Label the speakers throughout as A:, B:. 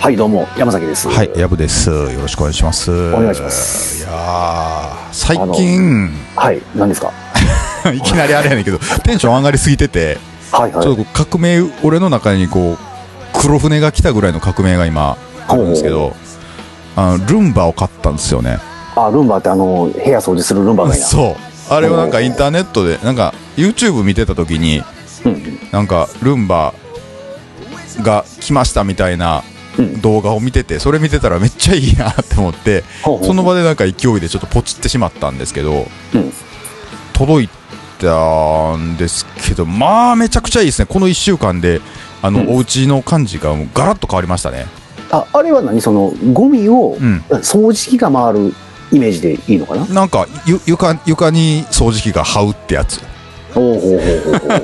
A: はいどうも山崎です
B: はい、やぶです。よろしくお願いします。お
A: 願いします
B: いやー最近、
A: はい何ですか
B: いきなりあれやねんけど、テンション上がりすぎてて、
A: はいはい
B: ちょっとこう革命、俺の中にこう、黒船が来たぐらいの革命が今、あるんですけど、あの、ルンバを買ったんですよね。
A: あルンバってあの部屋掃除するルンバがいいな
B: そう。あれをなんかインターネットで、なんか、YouTube 見てた時に、
A: うん
B: なんか、ルンバが来ましたみたいな
A: うん
B: 動画を見てて、それ見てたらめっちゃいいなって思って、
A: ほうほう
B: その場でなんか勢いでちょっとポチってしまったんですけど、
A: うん
B: 届いたんですけど、まあめちゃくちゃいいですね、この1週間で、あの、
A: うん
B: お家の感じがもうガラッと変わりましたね。
A: ああれは何そのゴミを
B: うん。
A: 掃除機が回るイメージでいいのかな
B: なんかゆ床床に掃除機が這うってやつ。
A: ほうほうほうほうほう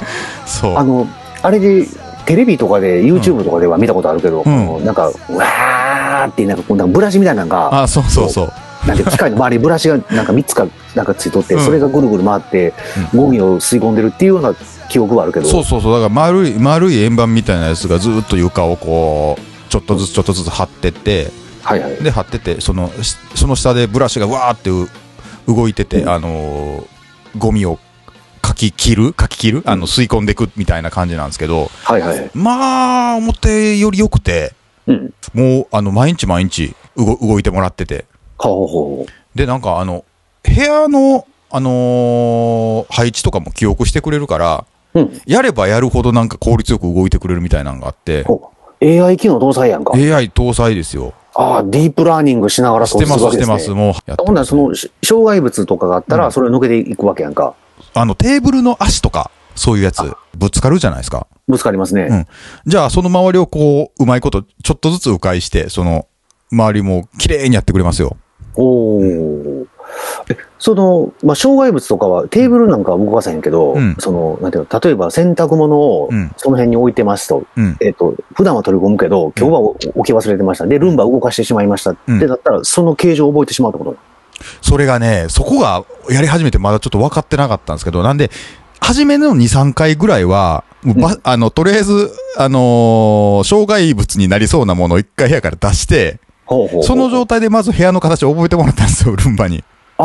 B: そ
A: あ
B: う。
A: のあれでテレビとかで YouTube とかでは見たことあるけど、このなんかうわーってなんかこうなんかブラシみたいなのが
B: あ、そうそうそう。
A: なんか機械の周りにブラシがなんか3つかなんかついとって、
B: うん
A: それがぐるぐる回ってゴミを吸い込んでるっていうような記憶はあるけど
B: そうそうそう。だから丸い、丸い円盤みたいなやつがずーっと床をこう、ちょっとずつちょっとずつ張ってって、
A: はいはい
B: で、張ってて、その、しその下でブラシがわーってう動いてて、
A: うん
B: あのーゴミをかき切るかき切るあの、吸い込んでいくみたいな感じなんですけど、
A: はいはい
B: まあ、思ったより良くて、
A: うん
B: もう、あの、毎日毎日動動いてもらってて。
A: ほうほうほ
B: で、なんか、あの、部屋の、あのー配置とかも記憶してくれるから、
A: ううん
B: やればやるほどなんか効率よく動いてくれるみたいなのがあって、
A: ほう AI 機能搭載やんか
B: AI 搭載ですよ。
A: ああディープラーニングしながら
B: し
A: 掃
B: て
A: 除す
B: ます、
A: るわ
B: し
A: けで
B: て
A: すね
B: ます、もうやって
A: ほんならそのし障害物とかがあった
B: う
A: ら
B: ん
A: それを抜けていくわけやんか
B: あの、テーブルの足とか、そういうやつ、ぶつかるじゃないですか。
A: ぶつかりますね、
B: うん。じゃあ、その周りをこう、うまいこと、ちょっとずつ迂回して、その、周りも綺麗にやってくれますよ。
A: おお。えその、まあ、障害物とかは、テーブルなんかは動かせへんけど、
B: うん
A: その、なんていうの、例えば洗濯物を
B: うん
A: その辺に置いてますと、
B: うん。
A: えっ、と、普段は取り込むけど、今日はお置き忘れてました。で、ルンバ動かしてしまいました。
B: うん
A: ってなったら、その形状を覚えてしまうってこと
B: それがね、そこがやり始めてまだちょっと分かってなかったんですけど、なんで、初めの2、3回ぐらいは、もうばあの、とりあえず、あのー障害物になりそうなものを1回部屋から出して、
A: ほうほうほう
B: その状態でまず部屋の形を覚えてもらったんですよ、 ルンバに。
A: あ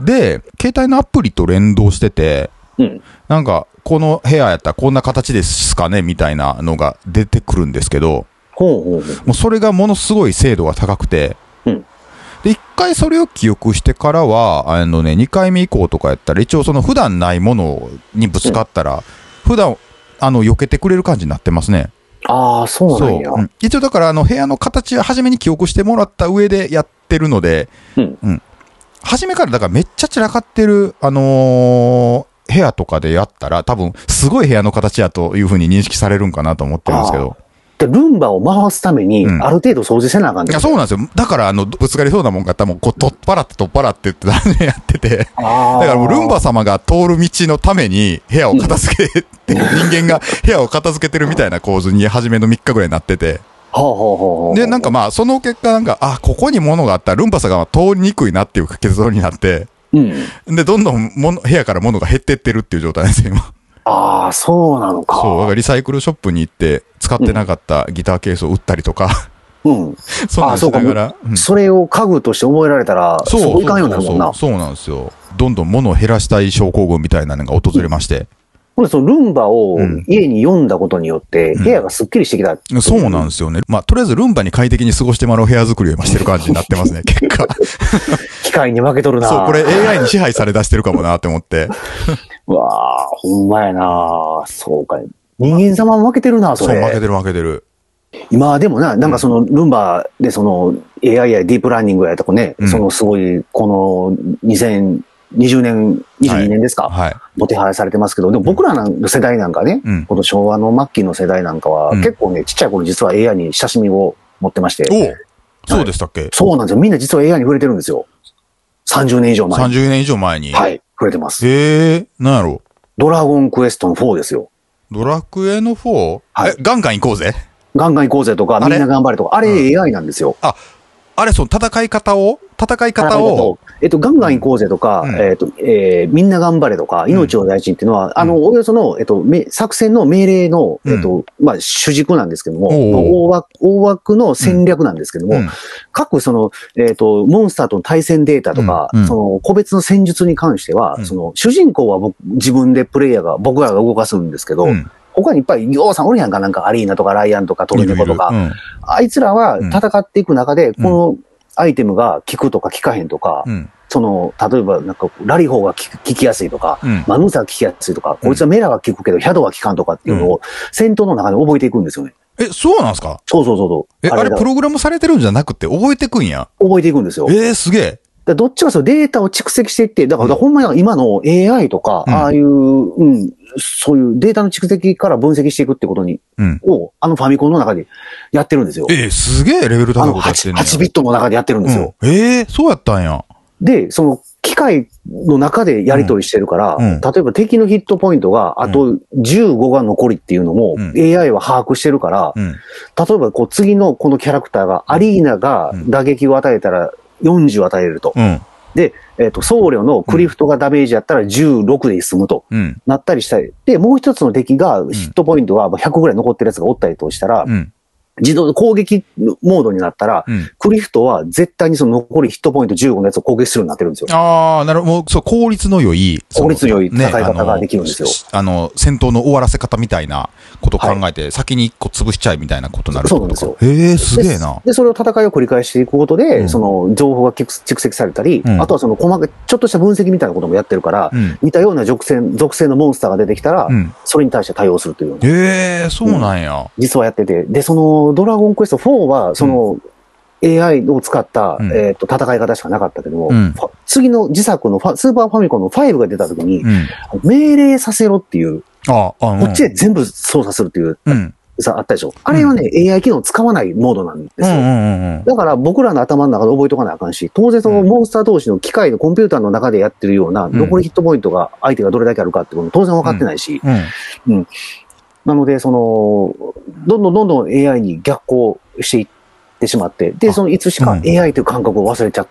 A: あ。
B: で、携帯のアプリと連動してて、
A: うん。
B: なんか、この部屋やったらこんな形ですかねみたいなのが出てくるんですけど、
A: ほうほうほう。
B: もうそれがものすごい精度が高くて、
A: うん
B: で、一回それを記憶してからは、あのね、二回目以降とかやったら、一応その普段ないものにぶつかったら、普段、あの、避けてくれる感じになってますね。
A: ああ、そうなんや。
B: ううん一応だから、あの、部屋の形を初めに記憶してもらった上でやってるので、
A: うん
B: 初めからだからめっちゃ散らかってる、あのー部屋とかでやったら、多分、すごい部屋の形やというふうに認識されるんかなと思ってるんですけど。
A: で、ルンバを回すために、
B: うん
A: ある程度掃除せなあかん
B: いや、
A: ね
B: そうなんですよ。だから、あの、ぶつかりそうなもんが、多分、こう、取っ払って取っ払ってって、やって て。
A: あ
B: だ
A: あ
B: から、もう、ルンバ様が通る道のために、部屋を片付けて、 人間が部屋を片付けてるみたいな構図に、初めの3日ぐらいになってて。
A: ほうほうほうほう。
B: で、なんか、まあ、その結果、なんか、あ、ここに物があったら、ルンバ様が通りにくいなっていう結論になって、
A: うん。
B: で、どんどん物、部屋から物が減ってってるっていう状態なんですよ、今。
A: ああ、そうなのか。
B: そう。だからリサイクルショップに行って、使ってなかったギターケースを売ったりとか、
A: うん。
B: そんなんしながら。うん
A: それを家具として覚えられたら、
B: そう
A: そういかんようになるもんな。
B: そうそうそうなんですよ。どんどん物を減らしたい症候群みたいなのが訪れまして。
A: ほんで、そのルンバを
B: うん
A: 家に読んだことによって、部屋がすっきりしてきたってい。
B: そうなんですよね。まあ、とりあえずルンバに快適に過ごしてもらう部屋作りを今してる感じになってます ね、結果。
A: 機械に負けとるな。
B: そう、これ AI に支配され出してるかもなって思って。
A: わあ、ほんまやな。そうか。人間様も負けてるな、
B: そ、
A: そう
B: 負け
A: れ。
B: てる負けてる。
A: 今でもな、なんかそのルンバでその AI やディープラーニングやとかね、
B: うん
A: そのすごい、この2020年、22年ですか、
B: はい。
A: もてはやされてますけど、でも僕らの世代なんかね、
B: うん。
A: この昭和の末期の世代なんかは、
B: うん
A: 結構ね、ちっちゃい頃実は AI に親しみを持ってまして、
B: おうそうでしたっけ、
A: そうなんですよ。みんな実は AI に触れてるんですよ。30年以上前に。
B: ?30 年以上前に。
A: はい。触れてます。
B: へえ、なんやろ
A: ドラゴンクエストの4ですよ。
B: う。ドラクエの 4?
A: はい
B: え、ガンガン行こうぜ。
A: ガンガン行こうぜとか、
B: あ
A: み
B: れ
A: んな頑張れとか、あれ AI なんですよ。
B: あれ、その戦い方を、戦い方を、、
A: えっと、ガンガン行こうぜとか、
B: うん
A: えっと、えーみんな頑張れとか、命を大事にっていうのは、あの、おおよその、えっと、め作戦の命令の、
B: うん
A: えっと、まあ、主軸なんですけども、
B: おうおう
A: まあ大枠、大枠の戦略なんですけども、
B: うん
A: 各その、えっと、モンスターとの対戦データとか、
B: うんうん
A: その、個別の戦術に関しては、
B: うん
A: その、主人公は僕、自分でプレイヤーが、僕らが動かすんですけど、
B: うん
A: 他にいっぱい、ぎょうさんおるやんか、なんか、アリーナとか、ライアンとか、トルネコとか、
B: いるいる
A: あいつらは
B: うん
A: 戦っていく中で、このアイテムが効くとか効かへんとか、
B: うんうん
A: その、例えばなんかラリホーが効く効きやすいとか、
B: うん
A: マヌーサが効きやすいとか、こいつはメラが効くけど、ヒャドは効かんとかっていうのを戦闘の中で覚えていくんですよね。
B: え、そうなんですか
A: そうそうそうそう。
B: え、あれ
A: だ
B: プログラムされてるんじゃなくて覚えてくんや。
A: 覚えていくんですよ。だか
B: えー、すげえ。
A: らどっちかというとデータを蓄積していって、だからだからほんまに今の AI とか、
B: うん
A: ああいう、うん、そういうデータの蓄積から分析していくってことに、
B: うん。
A: を、あのファミコンの中でやってるんですよ。
B: えー、すげえレベル
A: あ
B: 高い
A: の
B: ことやってん
A: 8,
B: ねや
A: 8ビットの中でやってるんですよ。
B: うんえー、そうやったんや。
A: で、その機械の中でやり取りしてるから、
B: うんうん
A: 例えば敵のヒットポイントがあと15が残りっていうのも
B: うん
A: AI は把握してるから、
B: うん。
A: 例えばこう次のこのキャラクターが、アリーナが
B: うん
A: 打撃を与えたら40与えると。
B: うん。
A: えっ、と、僧侶のクリフトがダメージやったら16で済むと
B: うん。
A: なったりしたり。で、もう一つの敵がヒットポイントが100ぐらい残ってるやつがおったりとしたら
B: う、ん。
A: 自動攻撃モードになったら、
B: うん。
A: クリフトは絶対にその残りヒットポイント15のやつを攻撃するようになってるんですよ。
B: ああ、なるほど。もう、そう、効率の良い。その
A: 効率の良い
B: ね
A: 戦い方ができるんですよ
B: あの、しあの戦闘の終わらせ方みたいなことを考えて、先に一個潰しちゃいみたいなことになるってことか
A: そう
B: へえ、すげえな
A: で。。で、それを戦いを繰り返していくことで、
B: うん
A: その情報が蓄蓄積されたり、
B: うん
A: あとはその細かい、ちょっとした分析みたいなこともやってるから、
B: うん。
A: 似たような属性、属性のモンスターが出てきたら、
B: うん。
A: それに対して対応するというような、
B: へえ、そうなんや。
A: 実はやってて、で、そのドラゴンクエスト4は、その、AI を使った、
B: うん
A: えー、と戦い方しかなかったけども、
B: うん
A: ファ次の自作のファスーパーファミコンの5が出た時に、
B: うん。
A: 命令させろっていう、
B: ああ、うん。
A: こっちで全部操作するっていう、
B: うん。
A: さ、あったでしょ。あれはね、AI 機能使わないモードなんです
B: うんう
A: よ。
B: んうんうん。
A: だから僕らの頭の中で覚えとかなあかんし、当然そのモンスター同士の機械のコンピューターの中でやってるような、
B: ん
A: 残りヒットポイントが相手がどれだけあるかってことも当然分かってないし、
B: うん。
A: なので、その、どんどんどんどん AI に逆行していってしまって、で、
B: あ
A: そのいつしか
B: うん
A: AI という感覚を忘れちゃ っ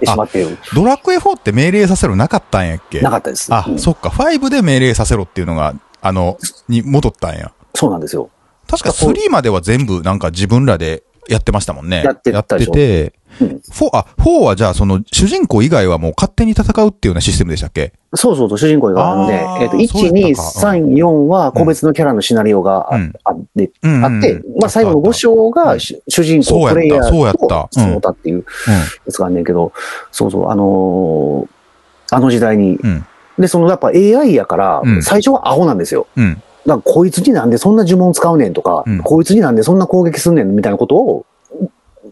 A: てしまっている。
B: ドラクエ4って命令させろなかったんやっけ
A: なかったです。
B: あ
A: う、ん
B: そっか。5で命令させろっていうのが、あの、に戻ったんや。
A: そうなんですよ。
B: 確か3までは全部なんか自分らでやってましたもんね。
A: やってたでしょ
B: て
A: うん
B: 4、あ、4はじゃあその主人公以外はもう勝手に戦うっていうようなシステムでしたっけ
A: そうそうそう、主人公があるので、
B: あー
A: えっと、
B: そう
A: 1、2、
B: やったか
A: 3、4は個別のキャラのシナリオがあ
B: うん
A: あって、
B: うん
A: あって、まあ最後の5
B: 章。
A: 章
B: う
A: が
B: ん
A: 主主人
B: そうや
A: 公、
B: った
A: プレイヤー
B: そうやっ
A: と
B: たうん
A: その他っていうやつがあんねんけど、そうそう、あのーあの時代に。
B: うん。うん
A: で、そのやっぱ AI やから
B: う、ん
A: 最初はアホなんですよ。
B: うん。
A: だからこいつになんでそんな呪文使うねんとか、
B: うん
A: こいつになんでそんな攻撃すんねんみたいなことを、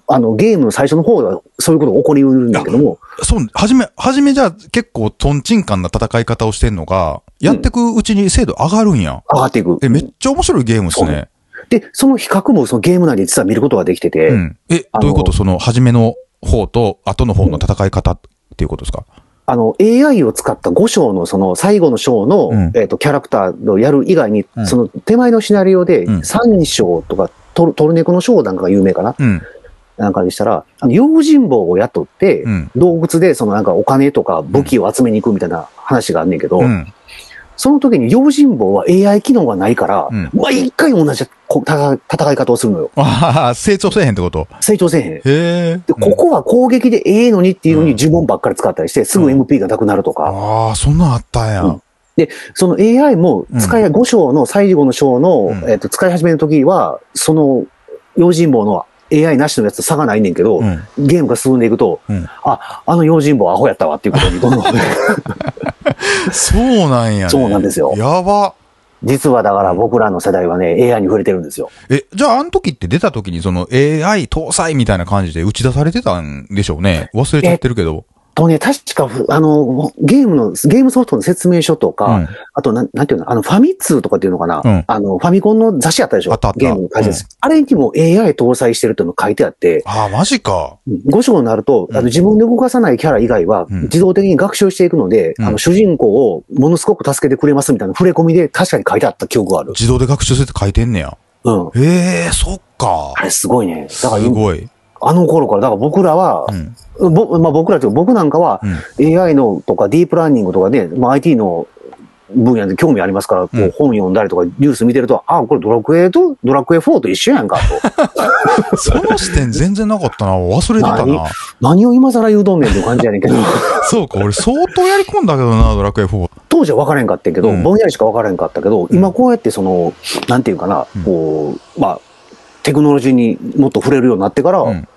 A: あの、ゲームの最初の方ではそういうことが起こりうるんだけども、
B: そう、はじめ、はじめじゃあ結構トンチンカンな戦い方をしてんのが、やってくうちに精度上がるんや。
A: 上がっていく。
B: え、めっちゃ面白いゲームです
A: そう
B: ね。
A: で、その比較もそのゲーム内で実は見ることができてて、
B: うん。え、
A: あの
B: どういうことその、初めの方と後の方の戦い方っていうことですか
A: あの、AI を使った5章のその最後の章の、
B: うん
A: えっ、と、キャラクターのやる以外に、
B: うん
A: その手前のシナリオで
B: うん
A: 3章とか、トルトルネコの章なんかが有名かな
B: うん。
A: なんかにしたら、あの、用心棒を雇って、
B: うん。
A: 洞窟でそのなんかお金とか武器を集めに行くみたいな話があんねんけど、
B: うん。
A: その時に用心棒は AI 機能がないから、
B: うん
A: 毎回同じこ戦い戦い方をするのよ。
B: ああ、成長せえへんってこと
A: 成長せえへん。
B: へえ。
A: で、ここは攻撃でええのにっていうの
B: う
A: に
B: ん
A: 呪文ばっかり使ったりして、すぐ MP がなくなるとか。
B: ああ、そんなんあったんや。
A: うんその AI も使い、5章の最後の章の、
B: うん
A: えっと使い始めの時は、その用心棒の AI なしのやつと差がないねんけど、
B: うん。
A: ゲームが進んでいくと、
B: うん
A: あ、あの用心棒アホやったわっていうことにどんど ん
B: そうなんや、ね。
A: そうなんですよ
B: やば。
A: 実はだから僕らの世代はね、AI に触れてるんですよ。
B: え、じゃあ、あの時って出た時に、その AI 搭載みたいな感じで打ち出されてたんでしょうね。忘れちゃってるけど。
A: とね、確か、ふあの、ゲームの、ゲームソフトの説明書と
B: う
A: か、
B: ん。
A: あとなん、なんていうの、あの、ファミ通とかっていうのかな、
B: うん
A: あの、ファミコンの雑誌あったでしょ
B: あったあった
A: ゲームの解説、あれにも AI 搭載してるっていうの書いてあって、
B: ああ、マジか。
A: 5章になると、あ
B: う
A: の
B: ん
A: 自分で動かさないキャラ以外は、
B: うん
A: 自動的に学習していくので、
B: うん
A: あの主人公をものすごく助けてくれますみたいな触れ込みで確かに書いてあった記憶がある。
B: 自動で学習するって書いてんねや。
A: うん。
B: へえ、そっか
A: あ。れすごいね。だ
B: す
A: から今
B: ごい。
A: あの頃から、だから僕らは、
B: うん
A: ぼまあ、僕らというか僕なんかは、AI のとかディープラーニングとかね、まあ、IT の分野で興味ありますから、こ
B: うん
A: う本読んだりとかニュース見てると、あ、これドラクエとドラクエ4と一緒やんかと。
B: その視点全然なかったな。忘れてた
A: 何
B: な。
A: 何を今更言うとんねんっていう感じやねんけど、
B: そうか、俺相当やり込んだけどな、ドラクエ4。
A: 当時は分からへんかったんやけど、
B: うん
A: ぼんやりしか分からへんかったけど、今こうやってその、なんていうかな、
B: うん
A: こう、まあ、テクノロジーにもっと触れるようになってから、
B: うん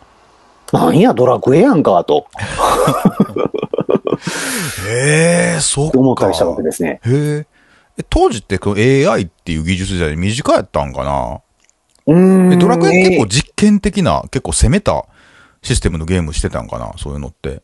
A: なんや、ドラクエやんか、と
B: へえ、そうか。
A: 思ったりしたわけですね。
B: へえ。え当時ってこう AI っていう技術時代短やったんかな
A: うー
B: え
A: ん
B: ドラクエって結構実験的な、結構攻めたシステムのゲームしてたんかなそういうのって。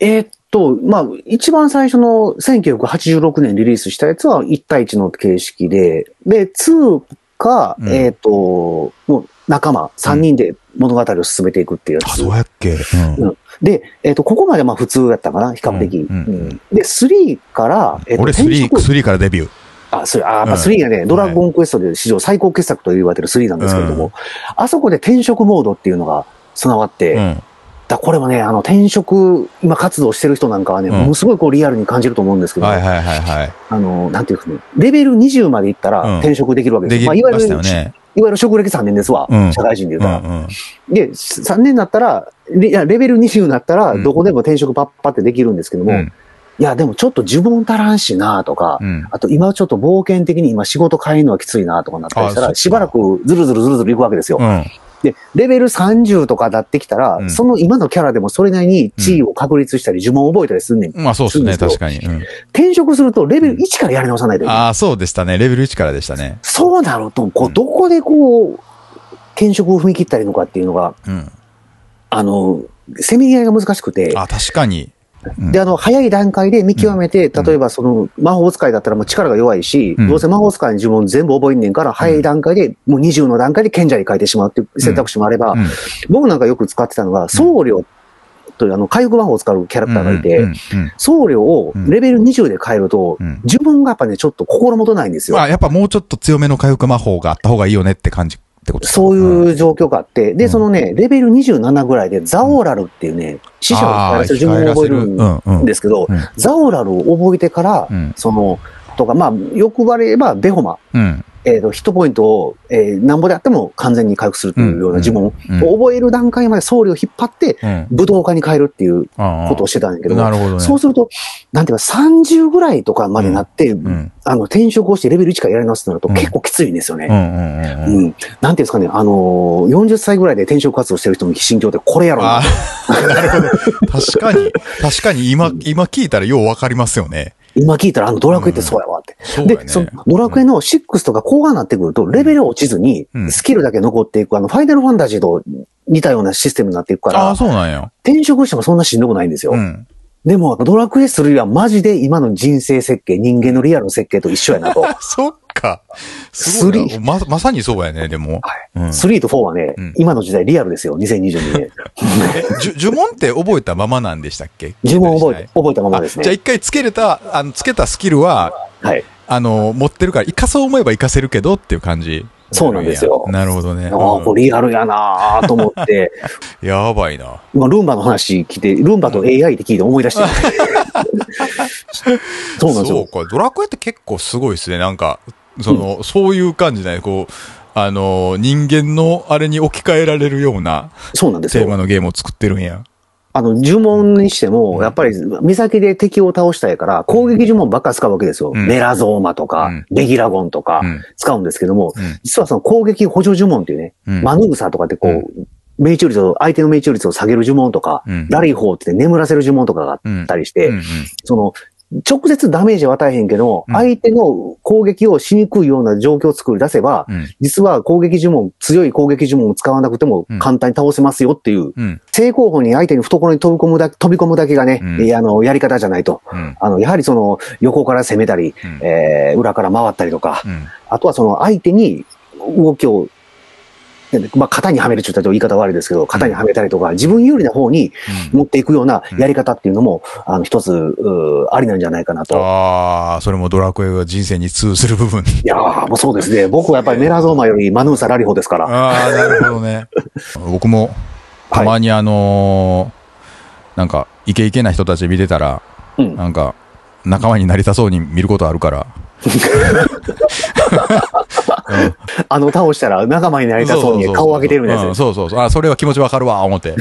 A: えーっと、まあ、一番最初の1986年リリースしたやつは1対1の形式で、で、2か、
B: うん
A: えーっと、もう仲間3人で物語を進めていくっていうや
B: あ、
A: つ。
B: そうやっけ。うん。
A: で、えーっと、ここまでまあ普通だったかな、比較的。
B: うんうんうん
A: で、3から、えーっと
B: 俺
A: 転
B: 3、
A: 職
B: 3からデビュー。
A: あ、それ、あ、やっぱ3がね、ドラゴンクエストで史上最高傑作と言われてる3なんですけれども、
B: うん
A: あそこで転職モードっていうのが備わって、
B: うん。
A: だこれはね、あの、転職、今活動してる人なんかはね、
B: うん
A: ものすごいこうリアルに感じると思うんですけど、
B: はいはいはいはい。
A: あの、なんていうかね、レベル20までいった
B: うん
A: ら転職できるわけです
B: でき
A: よ。
B: ま
A: いわゆ
B: し
A: る、
B: たよね。
A: いわゆる職歴3年ですわ、
B: うん
A: 社会人で言う
B: う
A: た
B: ん
A: ら。
B: うん。
A: で、3年になったら、レいやレベル20になったら
B: う、ん
A: どこでも転職パッパってできるんですけども、
B: うん
A: いや、でもちょっと呪文足らんしなとか、
B: うん。
A: あと今ちょっと冒険的に今仕事変えるのはきついなとかなったりした
B: あそっ
A: ら、
B: か
A: しばらくずるずるずるずるいくわけですよ。
B: うん。
A: で、レベル30とかだってきたら、
B: うん
A: その今のキャラでもそれなりに地位を確立したり、呪文を覚えたりすんねん。
B: まあそうですね、確かに。うん
A: 転職するとレベル1からやり直さないといけない。
B: ああ、そうでしたね。レベル1からでしたね。
A: そうなると、こ
B: う
A: う、
B: ん
A: どこでこう、転職を踏み切ったりのかっていうのが、
B: うん。
A: あの、せめぎ合いが難しくて、
B: あ、確かに。うん
A: で、あの、早い段階で見極めて、
B: ん
A: 例えばその、魔法使いだったらもう力が弱いし、
B: うん
A: どうせ魔法使いの呪文全部覚えんねんから、早い段階で、もう20の段階で賢者に変えてしまうっていう選択肢もあれば、
B: うん
A: 僕なんかよく使ってたのが、僧侶というあの、回復魔法を使うキャラクターがいて、
B: うんうん
A: 僧侶をレベル20で変えると、
B: うん
A: 呪文がやっぱね、ちょっと心もとないんですよ
B: ま。あ、やっぱもうちょっと強めの回復魔法があった方がいいよねって感じってことですか
A: そう
B: うん。
A: いう状況があって、
B: う
A: で、
B: ん
A: そのね、レベル27ぐらいで、ザオラルっていうね、死者を変えらせる呪文を覚える
B: ああ
A: んですけど、
B: うんうん
A: ザオラルを覚えてから、
B: うん
A: その、とか、まあ、欲張れば、ベホマ、
B: うん。
A: えっ、と、ヒットポイントを、えー、なんぼであっても完全に回復するというような呪文を覚える段階まで僧侶を引っ張って、
B: うん。うん。
A: 武道家に変えるっていう
B: ああ
A: ことをしてたんだけど、
B: なるほどね。
A: そうすると、なんていうか、30ぐらいとかまでなって、
B: うん。
A: あの、転職をしてレベル1からやり直すとなると
B: うん
A: 結構きついんですよね。
B: うんうんうん
A: う
B: うん。
A: ん。なんていうんですかね、あのー、40歳ぐらいで転職活動してる人の心境ってこれやろ
B: あ
A: な。
B: あ、 なるほど。確かに、確かに今、今聞いたらようわかりますよね。
A: 今聞いたら、あの、ドラクエってそうやわって。
B: そう
A: で、
B: やね。
A: その、ドラクエの6とか後半になってくると、レベル落ちずに
B: う、ん
A: スキルだけ残っていく、あの、ファイナルファンタジーと似たようなシステムになっていくか
B: ああ、
A: ら、
B: そうなんや。
A: 転職してもそんなしんどくないんですよ。
B: うん。
A: でも、ドラクエするよりはマジで今の人生設計、人間のリアルの設計と一緒やなと。
B: そっか。すごいな
A: ス
B: ま、まさにそうやね、でも。うん
A: 3と4はね、
B: うん
A: 今の時代リアルですよ、2022年。
B: じゅ呪文って覚えたままなんでしたっけ
A: 呪文を覚え覚えたままです
B: あじゃあ
A: ね。
B: 一回つけれた、あの、つけたスキルは、
A: はい。
B: あの、持ってるから、生かそう思えば生かせるけどっていう感じ。
A: そうなんですよ
B: なるほどね。
A: ああ、これリアルやなーと思 って、
B: うんやばいな。
A: 今、ルンバの話聞いて、ルンバと AI って聞いて思い出 して。そうなんですよ。
B: か。ドラクエって結構すごいですね。なんか、その、そういう感じだね。こう、あの、人間のあれに置き換えられるような
A: そうなんです
B: テーマ
A: よ。
B: のゲームを作ってるんや。
A: あの、呪文にしても、やっぱり、目先で敵を倒したいから、攻撃呪文ばっか使うわけですよ。
B: うん
A: メラゾーマとか、
B: うん
A: ベギラゴンとか
B: う、ん。
A: 使うんですけども、
B: うん
A: 実はその攻撃補助呪文っていうね、
B: うん。
A: マヌグサとかってこ
B: うん
A: う、命中率を、相手の命中率を下げる呪文とか、
B: うん
A: ラリー法って言って眠らせる呪文とかがあ
B: うん
A: ったりして、
B: うんうん
A: その、直接ダメージは与えへんけど、
B: うん
A: 相手の攻撃をしにくいような状況を作り出せば、
B: うん
A: 実は攻撃呪文、強い攻撃呪文を使わなくても
B: うん
A: 簡単に倒せますよっていう、
B: うん。
A: 正攻法に相手に懐に飛び込むだけ、飛び込むだけがね、
B: うん
A: えーあの、やり方じゃないと。
B: うん。
A: あの、やはりその、横から攻めたり、
B: うん
A: えー裏から回ったりとか、
B: うん。
A: あとはその相手に動きを、まあ、型にはめるって言ったら言い方悪いですけど、型にはめたりとか、自分有利な方に
B: うん
A: 持っていくようなやり方っていうのも、あの、一つ、うーありなんじゃないかなと。
B: ああ、それもドラクエが人生に通ずる部分。
A: いやーもうそうですね。僕はやっぱりメラゾーマよりマヌーサラリホですから。
B: ああ、なるほどね。僕も、たまにあのーなんか、イケイケな人たち見てたら、
A: うん
B: なんか、仲間になりたそうに見ることあるから。
A: あの倒したら仲間になりたそうに顔を上げてるみたいな
B: う
A: や
B: ん
A: つ。
B: そうそうそう。あ、それは気持ちわかるわ、思って。うん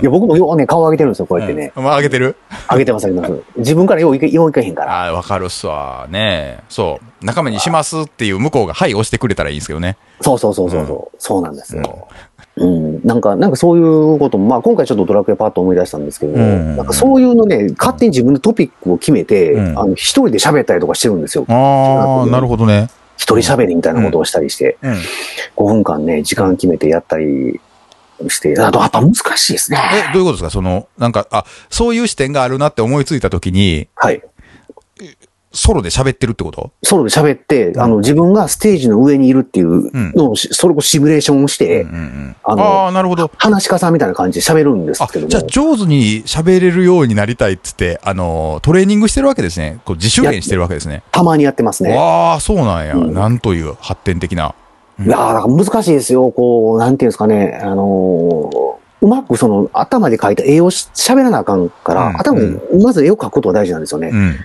A: いや、僕もようね、顔上げてるんですよ、こうやってね。
B: うんまあ、上げてる
A: 上げてます、上げてます。自分からよういけ、よういかへんから。
B: あーわかるっすわ。ねえそう。仲間にしますっていう向こうが、はい、押してくれたらいいんですけどね。
A: そうそうそうそう。そうそうなんですよ。うん。なんか、なんかそういうことも、まあ今回ちょっとドラクエパッと思い出したんですけど、
B: うん
A: なんかそういうのね、勝手に自分でトピックを決めて、
B: うん
A: あの、一人で喋ったりとかしてるんですよ。
B: ああ、なるほどね。
A: 一人喋りみたいなことをしたりして、
B: うん。
A: 5分間ね、時間決めてやったりして、あとやっぱ難しいですね。
B: え、どういうことですかその、なんか、あ、そういう視点があるなって思いついたときに、
A: はい。
B: ソロで喋ってるってこと
A: ソロで喋って、あの、自分がステージの上にいるっていうのをし、それをシミュレーションをして、
B: うんうんうん、
A: あの
B: ああ、なるほど。
A: 話し家さんみたいな感じで喋るんです
B: あ
A: けど、も。
B: じゃあ、上手に喋れるようになりたいっつって、あの、トレーニングしてるわけですね。こう自主練してるわけですね。
A: たまにやってますね。
B: わあ、そうなんや。
A: うん
B: なんという発展的な。
A: いやーだから難しいですよ。こう、なんていうんですかね。あのーうまくその頭で書いた絵をし喋らなあかんから、
B: うん
A: 頭で、まず絵を描くことが大事なんですよね。
B: うん。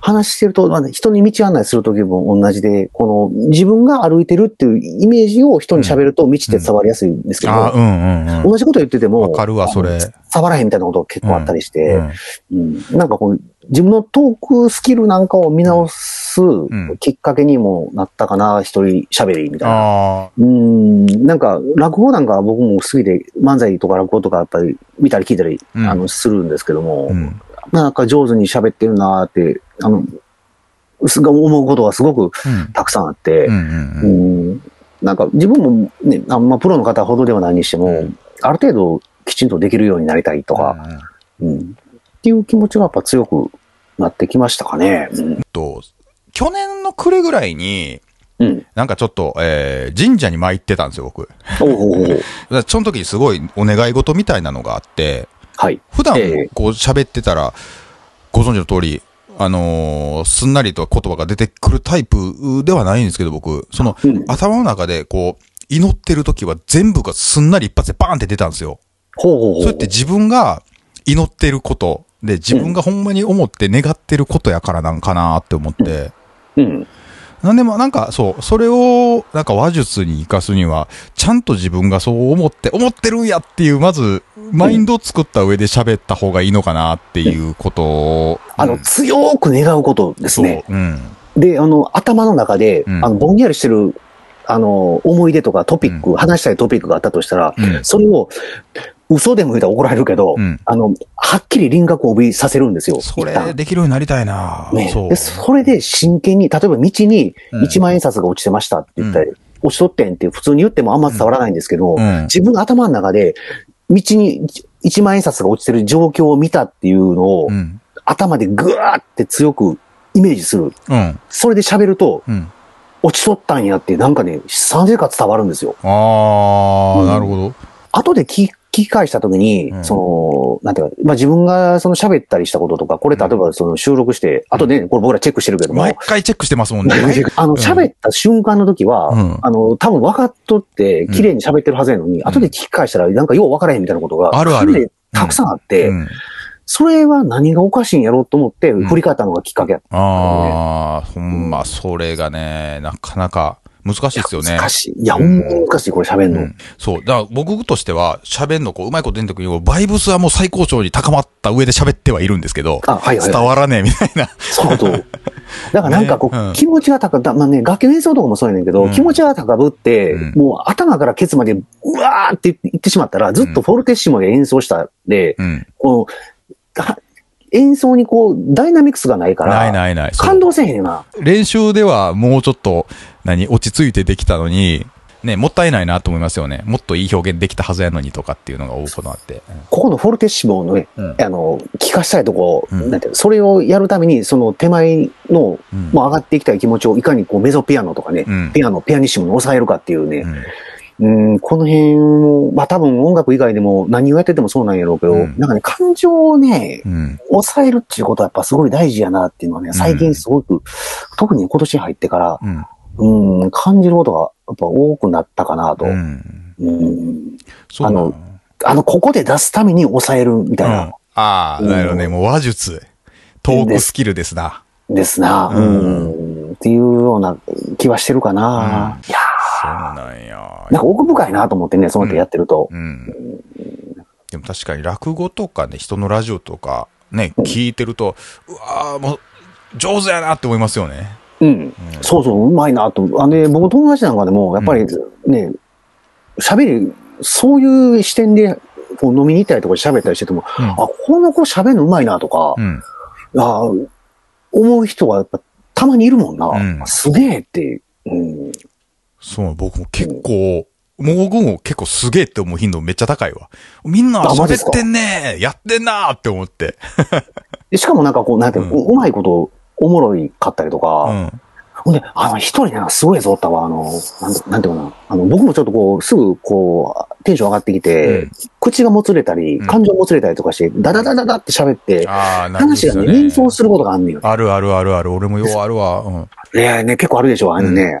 A: 話してると、まあ、人に道案内するときも同じで、この自分が歩いてるっていうイメージを人に喋ると道って伝わりやすいんですけど、
B: あーうんうんうん。
A: 同じこと言ってても、
B: わかるわそれ
A: あの触らへんみたいなこと結構あったりして、
B: うん
A: うんなんかこう、自分のトークスキルなんかを見直す
B: ん
A: きっかけにもなったかな、一人喋りみたいな。
B: あ
A: うん、なんか落語なんかは僕も好きで漫才とか落語とかやっぱり見たり聞いたり、
B: うん
A: あの、するんですけども、
B: あ、うん。
A: なんか上手に喋ってるなーって、あの、すが思うことがすごく
B: うん。
A: たくさんあって
B: う、んうんうん。
A: うんなんか自分もね、あんまプロの方ほどではないにしても、
B: うん
A: ある程度きちんとできるようになりたいとか、
B: うんうん
A: うんっていう気持ちがやっぱ強くなってきましたかね。うん。
B: と、去年の暮れぐらいに、
A: うん、
B: なんかちょっと、えー神社に参ってたんですよ、僕。だか
A: おうおうおう
B: らその時にすごいお願い事みたいなのがあって、
A: はい。
B: 普段
A: ええ
B: こう喋ってたら、ご存知の通り、あのーすんなりと言葉が出てくるタイプではないんですけど、僕、その、
A: うん
B: 頭の中でこう、祈ってる時は全部がすんなり一発でバーンって出たんですよ。
A: ほうほうほう。
B: そうやって自分が祈ってること、で、自分がほんまに思って願ってることやからなんかなって思って、
A: うん。
B: なんでも、なんか、そう、それを、なんか話術に活かすには、ちゃんと自分がそう思って、思ってるんやっていう、まず、マインドを作った上で喋った方がいいのかなっていうことを。
A: あの、
B: うん
A: 強く願うことです
B: そう
A: ね。。
B: うん。
A: で、あの、頭の中で、
B: うん
A: あの、ぼんやりしてる、あの、思い出とかトピック、
B: うん
A: 話したいトピックがあったとしたら、
B: うん
A: それを、嘘でも言うたら怒られるけど、
B: うん
A: あの、はっきり輪郭を帯びさせるんですよ。
B: そ
A: 一
B: れ、
A: 旦
B: できるようになりたいな
A: ね、
B: そう
A: で。それで真剣に、例えば道に
B: うん
A: 1万円札が落ちてましたって言ったり、
B: う
A: 落ちとってんって普通に言ってもあんま伝わらないんですけど、
B: うん。
A: 自分の頭の中で道に1万円札が落ちてる状況を見たっていうのを、
B: うん。
A: 頭でぐわーって強くイメージする。
B: うん。
A: それで喋ると、
B: うん。
A: 落ちとったんやって、なんかね、3世か伝わるんですよ。
B: あ
A: う
B: ー、
A: ん
B: なるほど。
A: 後で聞き聞き返したときに、
B: うん
A: その、なんていうか、まあ、自分がその喋ったりしたこととか、これ例えばその収録して、後でね、これ僕らチェックしてるけども、
B: 毎回チェックしてますもんね。
A: あの、
B: ん
A: 喋った瞬間の時は、
B: うん
A: あの、多分分かっとって
B: う、ん
A: 綺麗に喋ってるはずやのに、後で聞き返したら、なんかよう分からへんみたいなことが、
B: あるある
A: かなりたくさんあって、
B: うん。
A: それは何がおかしいんやろうと思って、
B: ん
A: 振り返ったのがきっかけやっ
B: あー、ほんま、それがね、なかなか難しい
A: た。
B: ですよね。
A: 難しい。いや、ほんま難しい、これ喋るの。
B: うんそう。だから僕としては、喋んのこう、うまいこと言うんだけど、バイブスはもう最高潮に高まった上で喋ってはいるんですけど、
A: あ、はいはい
B: 伝
A: はい。
B: わらねえみたいな。
A: そうそう。だからなんかこう、
B: ねうん
A: 気持ちが高ぶ、だまあね、楽器の演奏とかもそうやねんけど、
B: うん
A: 気持ちが高ぶって、
B: うん
A: もう頭からケツまで、うわーって言ってしまったら、ずっとフォルテッシモで演奏したで、
B: うん。
A: こう、は演奏にこう、ダイナミクスがないから、
B: ないないない。そう
A: 感動せへんよな。
B: 練習ではもうちょっと、何、落ち着いてできたのに、ね、もったいないなと思いますよね。もっといい表現できたはずやのにとかっていうのが多くなって。
A: ここのフォルテッシモのね、
B: うん。
A: あの、聞かしたいとこ、
B: うん
A: なんていうのそれをやるために、その手前の、
B: うん
A: もう上がっていきたい気持ちをいかにこう、メゾピアノとかね、
B: うん
A: ピアノ、ピアニッシモに抑えるかっていうね、
B: うん
A: うん、この辺を、まあ多分音楽以外でも何をやっててもそうなんやろうけど、
B: うん
A: なんかね、感情をね、
B: うん。
A: 抑えるっていうことはやっぱすごい大事やなっていうのはね、最近すごく、特に今年入ってから、
B: うん。
A: うん、感じることがやっぱ多くなったかなと。
B: うん。
A: うん。
B: そうな
A: あ
B: の
A: の。あの、ここで出すために抑えるみたい
B: うん
A: な、。
B: ああ、なるほどね。もう話術。トークスキルですな。
A: ですな、
B: う
A: うんん。っていうような気はしてるかな。いや
B: そうなんや
A: ー。なんか奥深いなと思ってね、その手やってると。
B: うん。でも確かに落語とかね、人のラジオとかね、聞いてると、うわーもう、上手やなって思いますよね。
A: うん。
B: うん
A: そうそう、うまいなと。あのね、僕友達なんかでも、やっぱりね、喋、り、そういう視点で、こう飲みに行ったりとか喋ったりしてても、
B: うん
A: あ、この子喋るのうまいなとか、
B: うん。
A: あー思う人がやっぱたまにいるもんな。
B: うん
A: すげえって。うん、
B: そう、僕も結構、もう僕も結構すげえって思う頻度めっちゃ高いわ。みんな
A: あマジっ
B: 喋
A: す
B: っ
A: か
B: てんねーやってんなーって思って。
A: でしかもなんかこう、なんていうの、
B: う
A: ううまいこと、おもろいかったりと
B: う
A: か、
B: ん。
A: ほんで、あの、一人なんかすごいぞおったわ、あの、なんてなんていうかな、あの、僕もちょっとこう、すぐこう、テンション上がってきて、
B: うん
A: 口がもつれたり、
B: うん
A: 感情もつれたりとかして、ダダダダダって喋って、
B: ああ、なるほど
A: 話
B: で
A: が
B: すよ
A: ね、
B: ね。
A: 連想することがあんねんよ。
B: あるあるあるある。俺もようあるわ。うん。
A: いやね、結構あるでしょ、あのね。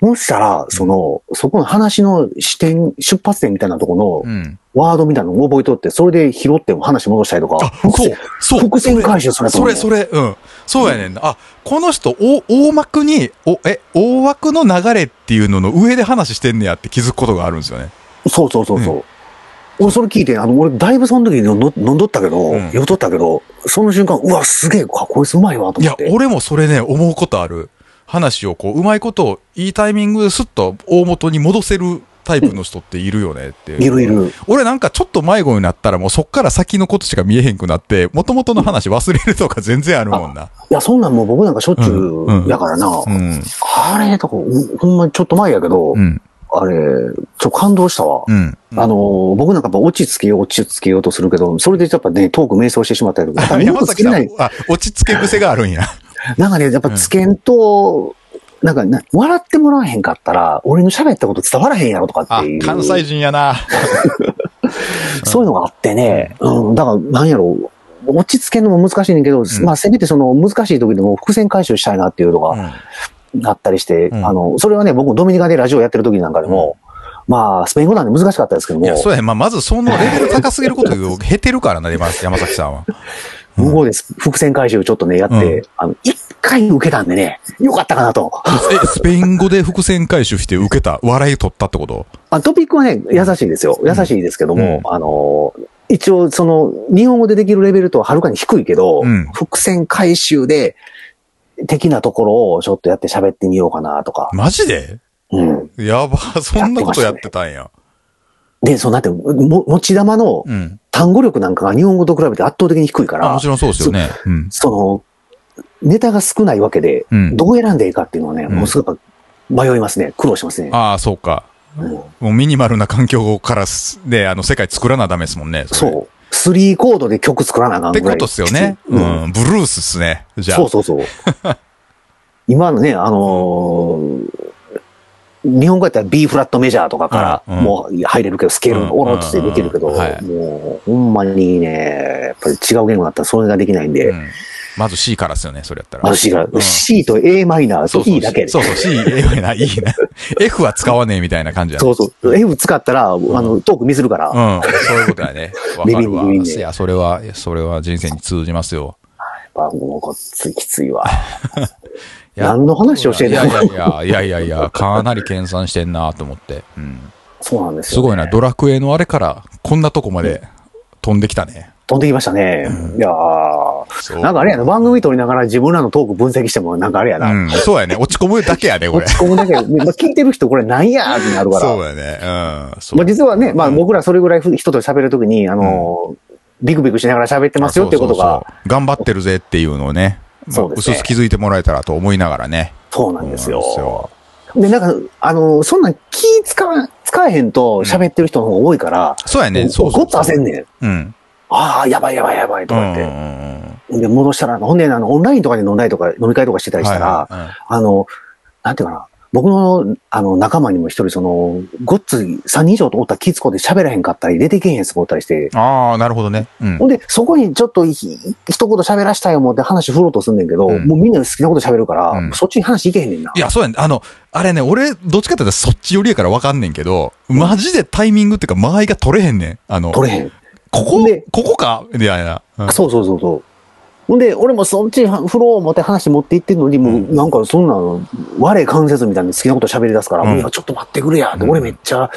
A: もしかしたら、その、そこの話の視点、出発点みたいなところの、
B: うん。
A: ワードみたいなのを覚えとって、それで拾って話戻したりとか。
B: あ、そう、そう。
A: 伏線回収それと
B: そ
A: 思
B: れ、
A: う
B: それ、うん。そうやねんな。あ、この人、お大枠に、お、え、大枠の流れっていうのの上で話してんねやって気づくことがあるんですよね。
A: そうそうそうそう。俺それ聞いて、あの、俺だいぶその時に飲んど飲んどったけど、
B: うん
A: 酔っとったけど、その瞬間、うわ、すげえ、あこいつうまいわ、と
B: い
A: 思
B: や
A: って。、
B: 俺もそれね、思うことある。話をこう、うまいことを、いいタイミングですっと大元に戻せるタイプの人っているよねっていう。
A: いるいる。
B: 俺なんかちょっと迷子になったらもうそっから先のことしか見えへんくなって、元々の話忘れるとか全然あるもんな。
A: いや、そんなんもう僕なんかしょっちゅ
B: うんうん
A: うやからな。
B: うん。
A: あれとか、うほんまにちょっと前やけど、
B: うん。
A: あれ、ちょっと感動したわ。
B: うん。
A: あのー、僕なんかやっぱ落ち着けよう、落ち着けようとするけど、それでやっぱね、トーク迷走してしまったりとか。
B: 山崎さ
A: なんい、
B: あ、落ち着け癖があるんや。
A: なんかね、やっぱつけんと、なんかな、笑ってもらわへんかったら、俺の喋ったこと伝わらへんやろとかっ
B: あ
A: てい、う。
B: 関西人やな。
A: そういうのがあってね、うん、だから、なんやろう、落ち着けるのも難しいねんけど、
B: ん
A: まあ、せめてその難しい時でも伏線回収したいなっていうのがあったりして、
B: うん
A: あの、それはね、僕、ドミニカでラジオやってる時なんかでも、まあ、スペイン語なんで難しかったですけど
B: い
A: も、
B: や、そうやね。まあ、まずそのレベル高すぎることを減ってるからな、山山崎さんは。うん
A: 向こうです。伏線回収ちょっとね、やって、
B: う
A: あの、一回受けたんでね、よかったかなと。
B: え、スペイン語で伏線回収して受けた、笑い取ったってこと
A: あトピックはね、優しいですよ。優しいですけども、あのー、一応、その、日本語でできるレベルとははるかに低いけど、
B: うん
A: 伏線回収で、的なところをちょっとやって喋ってみようかなとか。
B: マジで
A: うん。
B: やば、そんなことやってたんや。
A: で、そうなって、も持ち玉の
B: うん。
A: 単語力なんかが日本語と比べて圧倒的に低いか
B: あ、
A: ら
B: もち、ろんそうですよね。うん。
A: その、ネタが少ないわけで、
B: うん
A: どう選んでいいかっていうのはね、
B: うん
A: もうすごく迷いますね。苦労しますね。
B: ああ、そうか。
A: うん
B: もうミニマルな環境からす、で、あの、世界作らなダメですもんね。れ
A: そう。スリーコードで曲作らなあかん
B: っ
A: ぐ
B: て
A: らい。
B: ことっすよね。う
A: うん。
B: ん。ブルースっすね。じゃ
A: そ
B: あ。
A: うそう そう。今のね、あのー日本語やったら B フラットメジャーとかか
B: う
A: ら
B: んうん
A: もう入れるけど、スケール
B: うん
A: オロッてできるけど、
B: うんはい
A: もうほんまにね、やっぱり違う言語だったらそれができないんで、
B: うんまず C からっすよね、それやったら。
A: あの C が
B: うん
A: C と A マイナー
B: そ
A: と
B: うそう
A: E だけ
B: そうそう、C、ええわな、いいな。F は使わねえみたいな感じやな
A: そうそう。F 使ったら、あの、トークミスるから、
B: うん、そういうことや ね。わか
A: ビビ
B: る
A: る
B: わ。
A: ビビる
B: いや、それは、それは人生に通じますよ。
A: やっぱもうこっつきついわ。
B: いや
A: 何の話をしてん
B: い
A: の
B: やいやいや、いやいやいや、かなり研鑽してんなと思って。うん。
A: そうなんです
B: す
A: よ、ね。
B: ごいな、ドラクエのあれから、こんなとこまで飛んできたね。
A: 飛んできましたね。いやー
B: そう
A: なんかあれやな、番組撮りながら自分らのトーク分析してもなんかあれやな。
B: うん、そうやね。落ち込むだけやね、これ
A: 落。ち込むだ けで、まあ、聞いてる人これなんやーってなるから。
B: そうやね。うん。そう
A: まあ、実はね、まあ僕らそれぐらいふ人と喋るときに、あのービクビクしながら喋ってますよってこと
B: そう
A: が、
B: そうそう頑張ってるぜっていうのをね。まあ
A: そうです
B: 薄
A: ね
B: 々気づいてもらえたらと思いながらね。
A: そうなんですよ。
B: そうなん
A: で、なんか、あのーそんなん気使わ、使えへんと喋ってる人の方が多いから、
B: そうやね。そうそうそう。
A: ごっと焦んねん。
B: うん。
A: ああ、やばいやばいやばいと
B: うんう
A: か
B: ん
A: っ
B: う
A: て。
B: んうん。
A: で、戻したら、ほんで、あの、オンラインとかで飲んだりとか、飲み会とかしてたりしたら、
B: はいはいうん
A: あの、なんていうかな、僕の、あの、仲間にも一人、その、ごっつい、3人以上とおったらキツコで喋らへんかったり、出てけへんやつがおったりして、
B: ああ、なるほどね。うん
A: ほ。んで、そこにちょっとひ一言喋らしたい思って話振ろうとすんねんけど、
B: うん
A: もうみんな好きなこと喋るから、
B: うん
A: そっちに話いけへんねんな。
B: いや、そうやね。あの、あれね、俺、どっちかって言ったらそっち寄りやからわかんねんけど、マジでタイミングっていうか、間合いが取れへんねん。あの、
A: 取れへん。
B: ここ
A: で、
B: ここかみたいな。うん
A: そうそうそうそう。ほんで、俺もそっちに振ろう思って話持って行ってんのに、も
B: う
A: うなんかそんなの、我関節みたいに好きなこと喋り出すから、
B: うん
A: いや、ちょっと待ってくれや、って
B: うん
A: 俺めっちゃ、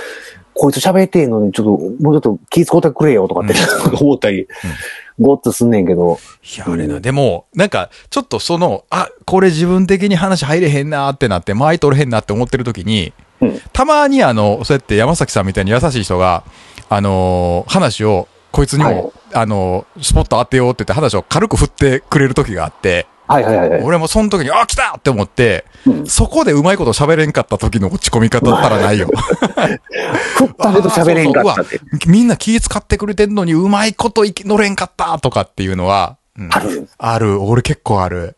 A: こいつ喋ってんのに、ちょっと、もうちょっと気遣うてくれよとかって、思ったり、ごっつすんねんけど、
B: いや、あれな。でも、なんか、ちょっとその、あ、これ自分的に話入れへんなーってなって、間合い取れへんなって思ってる時に、
A: うん
B: たまにあの、そうやって山崎さんみたいに優しい人が、あのー話を、こいつにも、
A: はい
B: あのースポット当てようって言って話を軽く振ってくれる時があって、
A: はいはいはいはい。
B: 俺もその時に、あ、来たって思って、
A: うん
B: そこでうまいこと喋れんかった時の落ち込み方たらないよ。
A: 振ったけど喋れんかったって。
B: みんな気使ってくれてんのにうまいこと生き乗れんかったとかっていうのは、うん
A: ある。
B: ある。俺結構ある。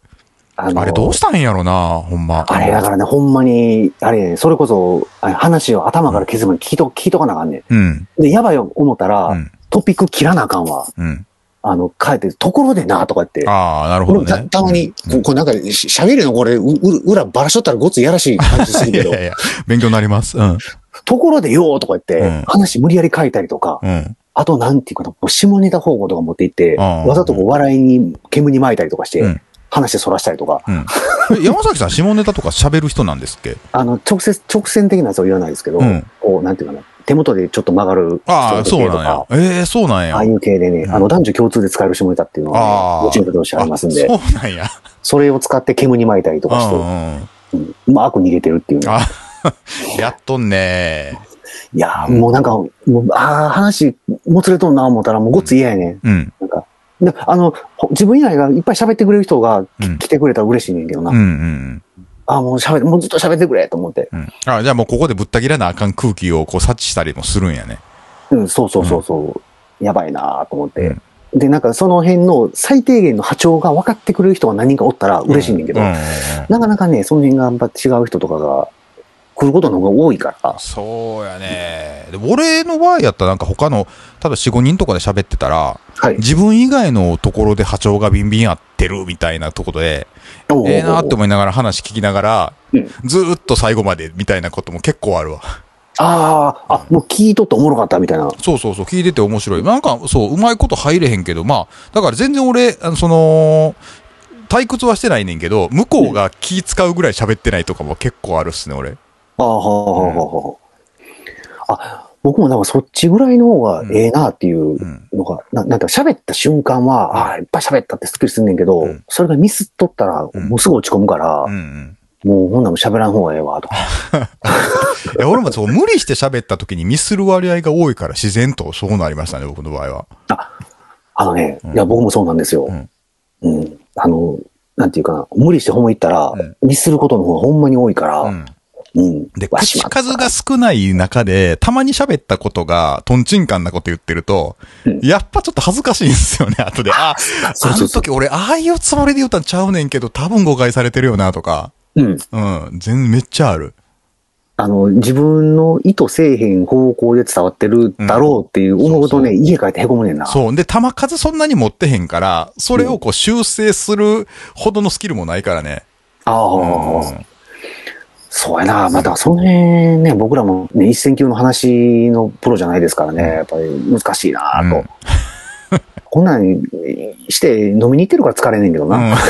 A: あの
B: あれどうしたんやろな、ほんま。
A: あれだからね、ほんまに、あれ、それこそ、あれ話を頭から消すまで聞いと、聞いとかなあかんね
B: うん。
A: ん。で、やばい思ったら、
B: うん。
A: トピック切らなあかんわ。
B: うん。
A: あの、帰って、ところでな、とか言って。
B: ああ、なるほど
A: 俺もた
B: ね。
A: たまに、こうこうなんか、ししゃべるのこれ、うう裏ばらしとったらごついやらしい感じす
B: うん。
A: るけ
B: いやい
A: ど、
B: やいや、勉強になります。うん。
A: ところでよーとか言って、
B: うん
A: 話無理やり書いたりとか、
B: うん。
A: あとなんていうかな、こう下ネタ方向とか持っていって、
B: あー
A: わざとこう笑いに、煙に巻いたりとかして、
B: うん
A: 話でそらしたりとか、
B: うん。え山崎さん、下ネタとか喋る人なんですっけ
A: あの、直接、直線的なやつを言わないですけど、
B: うん
A: こう、なんていうかな、手元でちょっと曲がる
B: ああ、
A: 人
B: そう
A: の系と
B: なんや
A: か。。
B: ええ、そうなんや。
A: ああいう系でね、
B: うん
A: あの、男女共通で使える下ネタっていうのは、
B: あー
A: ね、もちろん同士ありますんで
B: そ、うなんや。
A: それを使って煙に巻いたりと
B: う
A: かして、
B: んうん。
A: うんうまく逃げてるっていうね。
B: あやっとんね
A: いやー、もうなんか、もう、ああ、話、もつれとんな思ったら、もうごっつ嫌やねん。
B: うん。
A: なんか、であの、ほ自分以外がいっぱい喋ってくれる人がき
B: うん
A: 来てくれたら嬉しいねんけどな。
B: うんうん。
A: ああ、もう喋って、もうずっと喋ってくれと思って。
B: うん。あじゃあもうここでぶった切らなあかん空気をこう察知したりもするんやね。
A: うん、そうそうそうそう。やばいなーと思って。
B: うん
A: で、なんかその辺の最低限の波長が分かってくれる人が何人かおったら嬉しいねんけど、
B: うんうんうん
A: なかなかね、その辺がやっぱ違う人とかが来ることの方が多いから。
B: そうやね。で俺の場合やったらなんか他の、ただ4、5人とかで喋ってたら、
A: はい。
B: 自分以外のところで波長がビンビン合ってるみたいなところで、
A: おー
B: ええなって思いながら話聞きながら
A: うん、
B: ずーっと最後までみたいなことも結構あるわ。
A: ああ、あ、もう聞いとっておもろかったみたいな。
B: そうそうそう、聞いてて面白い。なんか、そう、うまいこと入れへんけど、まあ、だから全然俺、あのその、退屈はしてないねんけど、向こうが気使うぐらい喋ってないとかも結構あるっすね、俺。
A: ああ、はあ、はあ、はあはあ。あ、僕もなんかそっちぐらいの方がええなっていう
B: うん。
A: のが、ななんか喋った瞬間は、ああ、いっぱい喋ったってすっきりすんねんけど、
B: うん
A: それがミスっとったら、
B: ん
A: もうすぐ落ち込むから、
B: うんうん。
A: もうほんなも喋らん方がええわ、とか。
B: いや、俺もそう、無理して喋った時にミスる割合が多いから自然とそうなりましたね、僕の場合は。
A: あのね、
B: うん
A: いや、僕もそうなんですよ。
B: うん
A: うん。あの、なんていうかな、無理してほんま行ったら、
B: うん
A: ミスることの方がほんまに多いから、
B: う
A: うんん。。
B: で、
A: わし
B: 口
A: まった
B: 数が少ない中で、たまに喋ったことが、トンチンカンなこと言ってると、
A: うん
B: やっぱちょっと恥ずかしいんですよね、後で。あ、
A: そうそ
B: あの
A: うそう
B: 時俺、ああいうつもりで言ったんちゃうねんけど、多分誤解されてるよな、とか。
A: うん。
B: うん、全然めっちゃある。
A: あの、自分の意図せえへん方向で伝わってるだろうっていう思うとね、家帰ってへこむねんな。
B: そう。で、球数そんなに持ってへんから、それをこう修正するほどのスキルもないからね。
A: ああ、
B: うん
A: そうやな。また、その辺ね、僕らもね、一線級の話のプロじゃないですからね、やっぱり難しいなと。
B: うん
A: こんなんして飲みに行ってるから疲れんねんけどな。
B: うん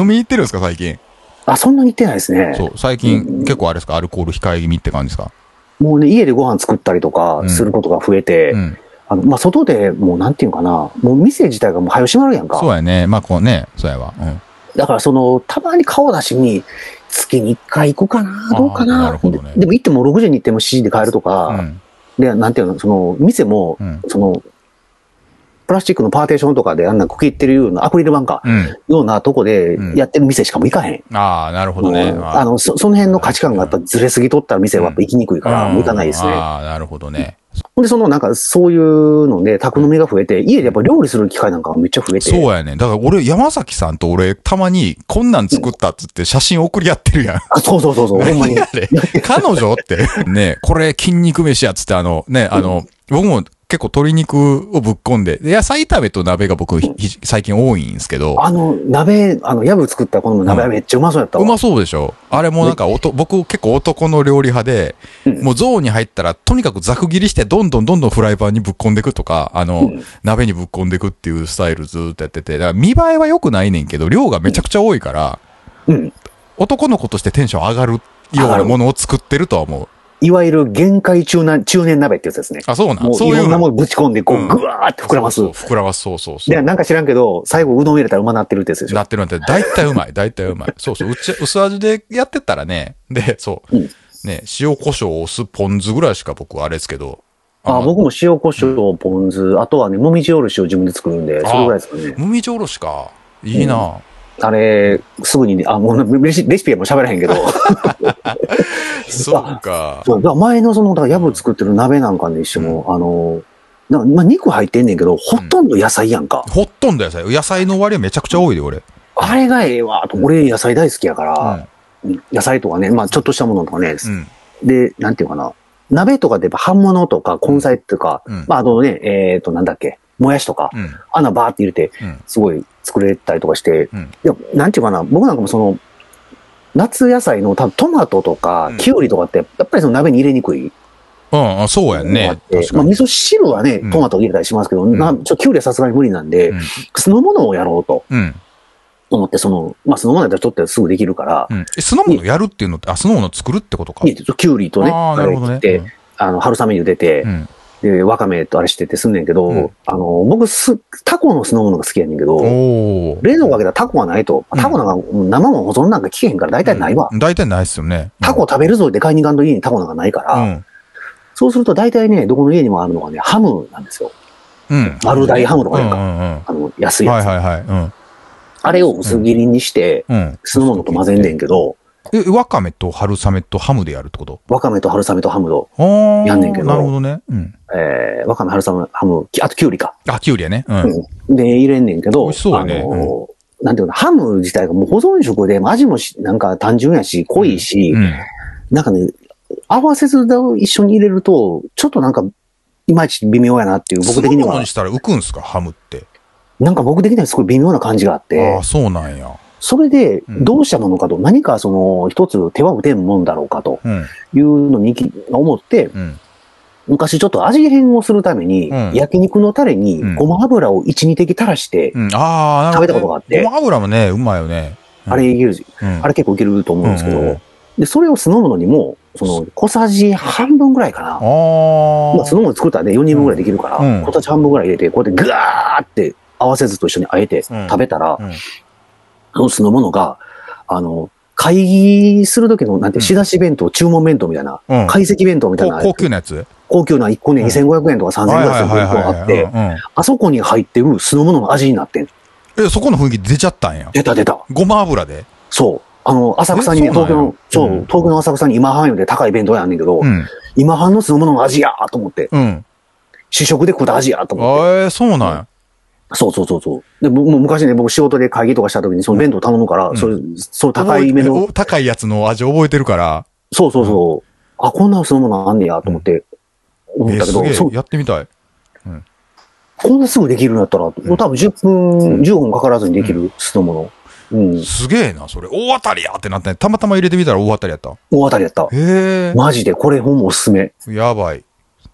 B: 飲みに行ってるんですか、最近。
A: あ、そんなに行ってないですね。
B: そう。最近、結構あれですか、アルコール控え気味って感じですか。
A: もうね、家でご飯作ったりとかすることが増えて、
B: うん。
A: あの、まあ、外でもうなんていうんかな、もう店自体がもう早閉まるやん
B: そう
A: か。
B: やね。まあ、こうね、そうやわ。うん。
A: だからその、たまに顔出しに、月に1回行くかな、どうか
B: あー
A: な。
B: なるほどね
A: ででも行っても6時に行っても7時で帰ると
B: う
A: か、
B: ん。
A: で、なんていうの、その、店も、
B: うん。
A: その、プラスチックのパーテーションとかであんな区切ってるような、アクリル板か、
B: う
A: ようなとこで
B: うん
A: やってる店しかも行かへん。
B: ん。ああ、なるほどね。
A: もうあのそ、その辺の価値観がやっぱずれすぎとった店はやっぱ行きにくいから、
B: うん
A: もう行かないですね。
B: ああ、なるほどね。
A: ほんで、そのなんかそういうので、宅飲みが増えて、家でやっぱ料理する機会なんかがめっちゃ増えて。
B: そうやねん。だから俺、山崎さんと俺、たまに、こんなん作ったっつって写真送り合ってるやん。
A: あそうそう そうそう、ほんまに。
B: あれ彼女って。ねこれ、筋肉飯やっつって、あの、ね、あの、僕も結構鶏肉をぶっこんで、で野菜炒めと鍋が僕、ひひ最近多いんですけど、
A: あの、鍋、あの、ヤブ作ったこの鍋めっちゃうまそうやったわ。
B: うまそうでしょあれもなんかおと、僕結構男の料理派で、もうゾーンに入ったら、とにかくざく切りして、どんどんどんどんフライパンにぶっこんでいくとか、あの、鍋にぶっこんでいくっていうスタイルずーっとやってて、だから見栄えは良くないねんけど、量がめちゃくちゃ多いから、
A: うん。
B: 男の子としてテンション上がるようなものを作ってるとは思う。
A: いわゆる限界中な、中年鍋ってやつですね。
B: あ、そうなん
A: もう
B: そう
A: い
B: いう
A: ろんなも
B: の。
A: んぶち込んで、こ
B: う
A: う、
B: ん
A: ぐわーって膨らます
B: そう。そう膨らます、そうそうそう。
A: で、なんか知らんけど、最後うどん入れたらうまなってるってやつでしょ
B: な。ってるなんて、大体うまい、大体うまい。そうそう、うち、薄味でやってったらね、で、そう
A: うん、
B: ね、塩胡椒、お酢、ポン酢ぐらいしか僕はあれですけど、
A: あ
B: の
A: 僕も塩、胡椒、ポン酢、あとはね、もみじおろしを自分で作るんで、
B: あ
A: それぐらいですかね。
B: もみじおろしか。いいな、
A: あれ、すぐにね、あ、もうレシレシピはもう喋らへんけ ど、
B: そうか。
A: そうだから前のその、だから、やぶ作ってる鍋なんかにしても、あの、なんかまあ、肉入ってんねんけど、ほとんど野菜やんか。
B: ほっとんど野菜。野菜の割合めちゃくちゃ多いで、俺。
A: あれがええわ、と俺野菜大好きやから、
B: う
A: 野菜とかね、まあちょっとしたものとかね、
B: ん。
A: で、なんていうかな、鍋とかでやっぱ半物とか根菜とか、
B: うん。
A: まああとね、えっ、と、なんだっけ、もやしとか、
B: うん。
A: 穴バーって入れて
B: うん、
A: すごい作れたりとかして、
B: うん
A: いや、なんていうかな、僕なんかもその、夏野菜の多分トマトとか
B: うん、
A: きゅうりとかって、やっぱりその鍋に入れにくい
B: うん、あそうやん
A: のがあっ
B: ね。
A: て、
B: 確
A: ま
B: か
A: あ
B: に。
A: 味噌汁はね
B: うん、
A: トマト入れたりしますけど、
B: ん
A: なちょっときゅうりはさすがに無理なんで、
B: うん
A: 酢の物をやろうと
B: うん。
A: 思って、その、まあ酢の物だったらちょっとすぐできるから、
B: うん。え、酢の物やるっていうのって、あ、酢の物作るってことか。
A: ねちょっときゅうりとね、
B: ああ、なるほどね
A: あれ。切って、あの、春雨茹でて
B: う、ん。
A: で、わかめとあれしててすんねんけど、
B: うん
A: あの、僕す、タコの酢の物が好きやねんけど、
B: おお。
A: 冷蔵庫開けたらタコはないと。
B: うん
A: タコなんか、生もん保存なんか聞けへんから大体ないわ。
B: うん大体ないっすよね。
A: タコ食べるぞって買いに行かんと家にタコなんかないから、
B: うん。
A: そうすると大体ね、どこの家にもあるのがね、ハムなんですよ。
B: うん。
A: 丸大ハムと
B: う
A: か
B: んう
A: なん
B: ん
A: か、
B: う
A: あ
B: ん。
A: の、安いや
B: は
A: つ、
B: いはいはい。うん。
A: あれを薄切りにして、
B: うん。
A: 酢の物と混ぜんねんけど、
B: え、わかめと春雨とハムでやるってこと
A: わかめと春雨とハムと、
B: あー
A: やんねんけど
B: なるほどね。うん。
A: えー、わかめ、春雨、ハム、きあとキュウリか。
B: あ、きゅうりやね。うん。
A: うんで、入れんねんけど、
B: 美味しそうやね
A: あのなんていうの、ハム自体がもう保存食で、味もしなんか単純やし、濃いし、
B: うん。
A: なんかね、合わせず一緒に入れると、ちょっとなんか、いまいち微妙やなっていう、僕的に
B: 酢の物
A: は
B: に、したら浮くんすかハムって。
A: なんか僕的にはすごい微妙な感じがあっ
B: あ
A: て
B: あ、、そうなんや。
A: それで、
B: うん
A: どうしたものかと、何かその、一つ手は打てんもんだろうかと
B: うん。
A: いうのに思って、
B: うん。
A: 昔ちょっと味変をするために、
B: うん
A: 焼肉のタレ
B: うん
A: にごま油を1、2滴垂らして、
B: うん。ああ、
A: 食
B: なるほど、ね。
A: べたことがあって
B: ごま油もね、うまいよね。うん
A: あれいける、
B: うん。
A: あれ結構いけると思うんですけど、
B: うんうんうん
A: で、それを酢の物にも、その、小さじ半分ぐらいかな
B: あ。ー
A: まあ、そのもの作ったらね、4人分ぐらいできるから、
B: うん
A: 小さじ半分ぐらい入れて、こうやってグワーって合わせずと一緒にあえて
B: うん
A: 食べたら、
B: うん
A: その酢のものが、あの、会議する時の、なんて、
B: うん
A: 仕出し弁当、注文弁当みたいな、
B: うん。
A: 解析弁当みたい
B: 高
A: な、
B: 高級なやつ
A: 高級な1個ね、
B: うん
A: 2500円とか3000円ぐらいする弁当があっ
B: はいはい
A: て、
B: はいはい
A: あそこに入ってる酢の物の味になってん。
B: うん。え、そこの雰囲気出ちゃったんや。
A: 出た出た。
B: ごま油で。
A: そう。あの、浅草にね、
B: えそう
A: 東
B: なんや
A: 京の、そう、
B: うん
A: 東京の浅草に今半より高い弁当やんねんけど、
B: うん。
A: 今半の酢の物の味やーと思って、
B: うん。
A: 試食で食うた味やーと
B: え
A: 思って。
B: ー、そうなんや。
A: そうそうそうそう。で、僕もう昔ね、僕仕事で会議とかした時に、その弁当頼むから、
B: ん
A: それ、その高い目
B: 覚え
A: の、
B: てお高いやつの味覚えてるから。
A: そうそうそう、あ、こんなそのものあんねやと思って、思っ
B: えー、
A: たけ
B: す
A: ど、
B: げえ
A: そう、
B: やってみたい。
A: こんなすぐできるんだったら、
B: ん
A: 多分10分、15分かからずにできる、酢のもの。うん、
B: すげえな、それ。大当たりやってなったね。たまたま入れてみたら大当たりやった。
A: 大当たりやった。
B: へ
A: マジで、これほんまおすすめ。
B: え。やばい。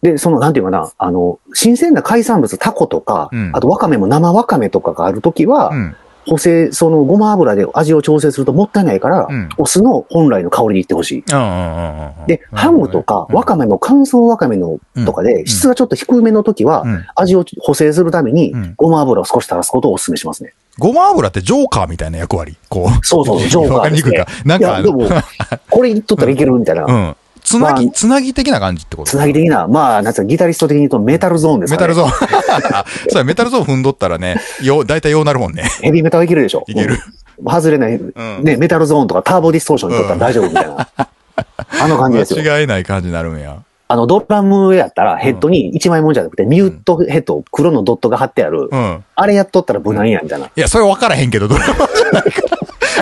A: で、その、なんていうかな、あの、新鮮な海産物、タコとか、
B: うん
A: あとワカメも生ワカメとかがあるときは、
B: うん。
A: 補正、そのごま油で味を調整するともったいないから、
B: うん
A: お酢の本来の香りにいってほしい。
B: うんうんうんうん。
A: で、ハムとか、わかめの乾燥わかめのとかで、質がちょっと低めの時は
B: う、ん。
A: 味を補正するために
B: うん、
A: ごま油を少し垂らすことをお勧めしますね。
B: ごま油ってジョーカーみたいな役割。こう。
A: そうそう、ジョーカ
B: わか
A: ーで
B: りに
A: す
B: くい
A: ね
B: か。。なん
A: い
B: か
A: や、
B: あ
A: で
B: の、
A: も、これ言っとったらいけるみたいな
B: う。ん。つ
A: ま
B: なぎ、
A: あ
B: つなぎ的な感じってこと
A: つなぎ的な、まあ、なんつうか、ギタリスト的に言うとメタルゾーンです
B: メ
A: か
B: タ
A: ね
B: ルゾーン。 そうやメタルゾーン踏んどったらね、よ、大体ようなるもんね。
A: ヘビーメタルいけるでしょ。
B: いける。
A: うん。外れない、
B: ん
A: ね、メタルゾーンとかターボディストーションにとったら大丈夫みたいな。あの感じですよ。
B: 間違えない感じになるんや。
A: あの、ドラムやったらヘッドに一枚もんじゃなくて、ミュートヘッド、黒のドットが貼ってある、
B: うん。
A: あれやっとったら無難や、みたいな。
B: いや、それ 分からへんけど、ドラマじゃないから。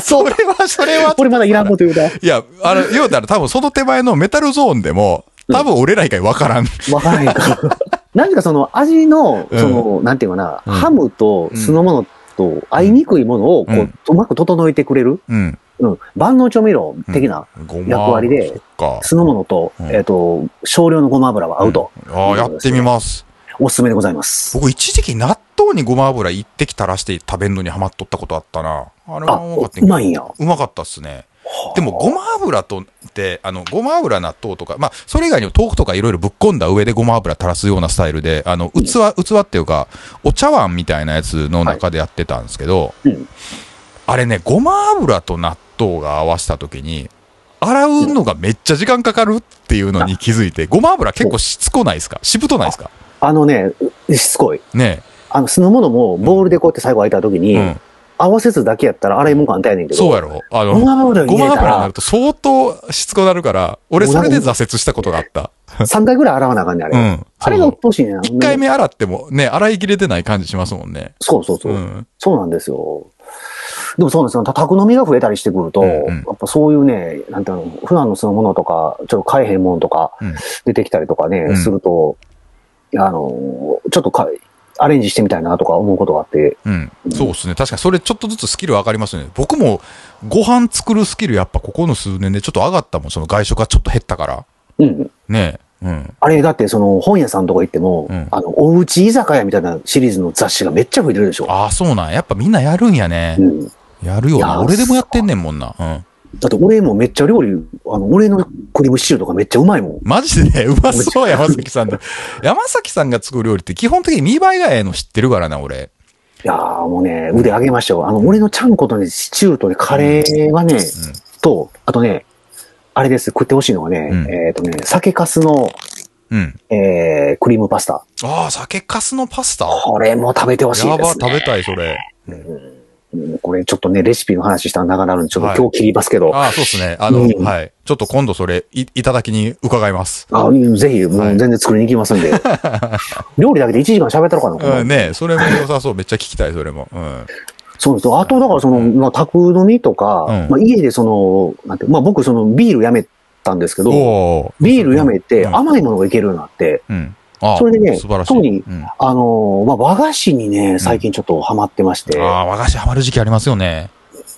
B: それは、それは
A: こ。れまだいらんこと言うた。
B: いや、あの、言うたら多分その手前のメタルゾーンでも、多分俺ら以外分からん。
A: わからへんから。何かその味の、
B: うん
A: その、なんていうかな、
B: うん
A: ハムと酢の物と合いにくいものをこう、
B: う
A: うんまく整えてくれる、
B: うん。
A: うん、万能調味料的な
B: ごま
A: 役割で
B: そっか。
A: 酢の物と、
B: うん
A: えっ、と、少量のごま油は合うと、
B: ああ、やってみます。
A: おすすめでございます。
B: 僕一時期納豆にごま油一滴垂らして食べるのにハマっとったことあったな。あれは
A: あ、
B: うまか
A: お
B: ったん
A: う
B: や
A: まいんや。
B: うまかったっすね。でも、ごま油とって、あの、ごま油納豆とか、まあ、それ以外にも豆腐とかいろいろぶっ込んだ上でごま油垂らすようなスタイルで、あの、器、器っていうか、お茶碗みたいなやつの中でやってたんですけど、
A: うん
B: あれね、ごま油と納豆が合わせた時に、洗うのがめっちゃ時間かかるっていうのに気づいて、ごま油結構しつこないですかしぶとないですか
A: あのね、うしつこい。
B: ね
A: あの、酢の物もボールでこうやって最後開いた時
B: え。
A: に、
B: うん。
A: 合わせずだけやったら洗い物簡単やねんけど。
B: そうやろあの
A: ご、ま油
B: ご
A: 入れ
B: ま
A: た
B: 油になる
A: ら
B: と相当しつこなるから、俺それで挫折したことがあった。
A: 3回ぐらい洗わなあかんねん、あれ。
B: うん。
A: あれが鬱陶しいねん。
B: 一回目洗ってもね、洗い切れてない感じしますもんね。
A: そうそうそうう。
B: ん。
A: そうなんですよ。でもそうなんですよ。宅飲みが増えたりしてくると、
B: うんうん
A: やっぱそういうね、なんていうの、普段のそのものとか、ちょっと買えへんものとか
B: うん、
A: 出てきたりとかね、
B: うん
A: すると、あの、ちょっとかアレンジしてみたいなとか思うことがあって、
B: うん。そうですね。確かにそれちょっとずつスキル上がりますね。僕もご飯作るスキルやっぱここの数年でちょっと上がったもん。その外食がちょっと減ったから。
A: うん。
B: ねえ。うん。
A: あれだってその本屋さんとか行っても、
B: うん
A: あの、おうち居酒屋みたいなシリーズの雑誌がめっちゃ増えてるでしょ。
B: ああ、そうなん。やっぱみんなやるんやね
A: う。ん。
B: やるよ
A: いや
B: な。
A: ー
B: 俺でもやってんねんもんな。うん。
A: だって俺もめっちゃ料理、あの、俺のクリームシチューとかめっちゃうまいもん。
B: マジ でね、うまそう、山崎さんだ。山崎さんが作る料理って基本的に見栄えがええの知ってるからな、俺。
A: いやーもうね、腕上げましたよ。あの、俺のちゃんことね、シチューとね、カレーはね、
B: うん。
A: と、あとね、あれです、食ってほしいのがね、
B: うん
A: えっ、とね、酒粕の、
B: うん。
A: えー、クリームパスタ。
B: ああ、酒粕のパスタ。
A: これも食べてほしい
B: や
A: で
B: ば、
A: す、
B: 食
A: ね。
B: べたい、それ。
A: うんこれちょっとね、レシピの話したら長なるんで、ちょっと
B: はい
A: 今日切りますけど、
B: ああ、そうですね。あの、
A: うん
B: はい。ちょっと今度それい、いただきに伺います。
A: あうんぜひ、も
B: はいう
A: 全然作りに行きますん で。料理だけで1時間喋ったのかな、こんな
B: うん、ねそれも良さそう。めっちゃ聞きたい、それも。うん。
A: そうです。あと、だから、その、まあ、宅飲みとか、
B: うん
A: まあ、家でその、なんて、まあ、僕、その、ビールやめたんですけど、
B: おー
A: ビールやめて、
B: うん
A: 甘いものがいけるようになって、
B: うん。ああ、
A: それでね
B: 素晴らしい。
A: 特に
B: うん、あ
A: あのーまあ、和菓子にね、最近ちょっとハマってまして、
B: あ、和菓子ハマる時期ありますよね。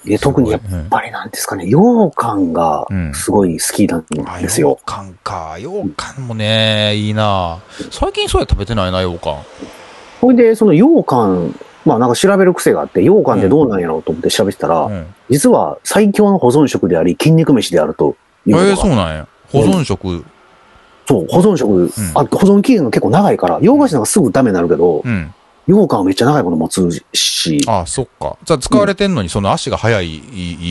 A: で特にやっ
B: すごいうん
A: ぱりなんですかね、羊羹が
B: うん
A: すごい好きなん
B: あ
A: ですよ。
B: 羊羹か。羊羹もね、いいな最近そうや食べてないな、羊羹。
A: ほいで、その羊羹、まあなんか調べる癖があって、羊羹ってどうなんやろうと思って調べてたら、
B: うん。
A: 実は最強の保存食であり、筋肉飯であるとい
B: え
A: うことが、
B: ー、そうなんや。保存食。
A: そう、保存食、あ、保存期限が結構長いから、洋菓子なんかすぐダメになるけど、
B: うん。
A: 羊羹はめっちゃ長いこと持つし、
B: ああ、そっか。じゃあ使われてんのに、その足が速い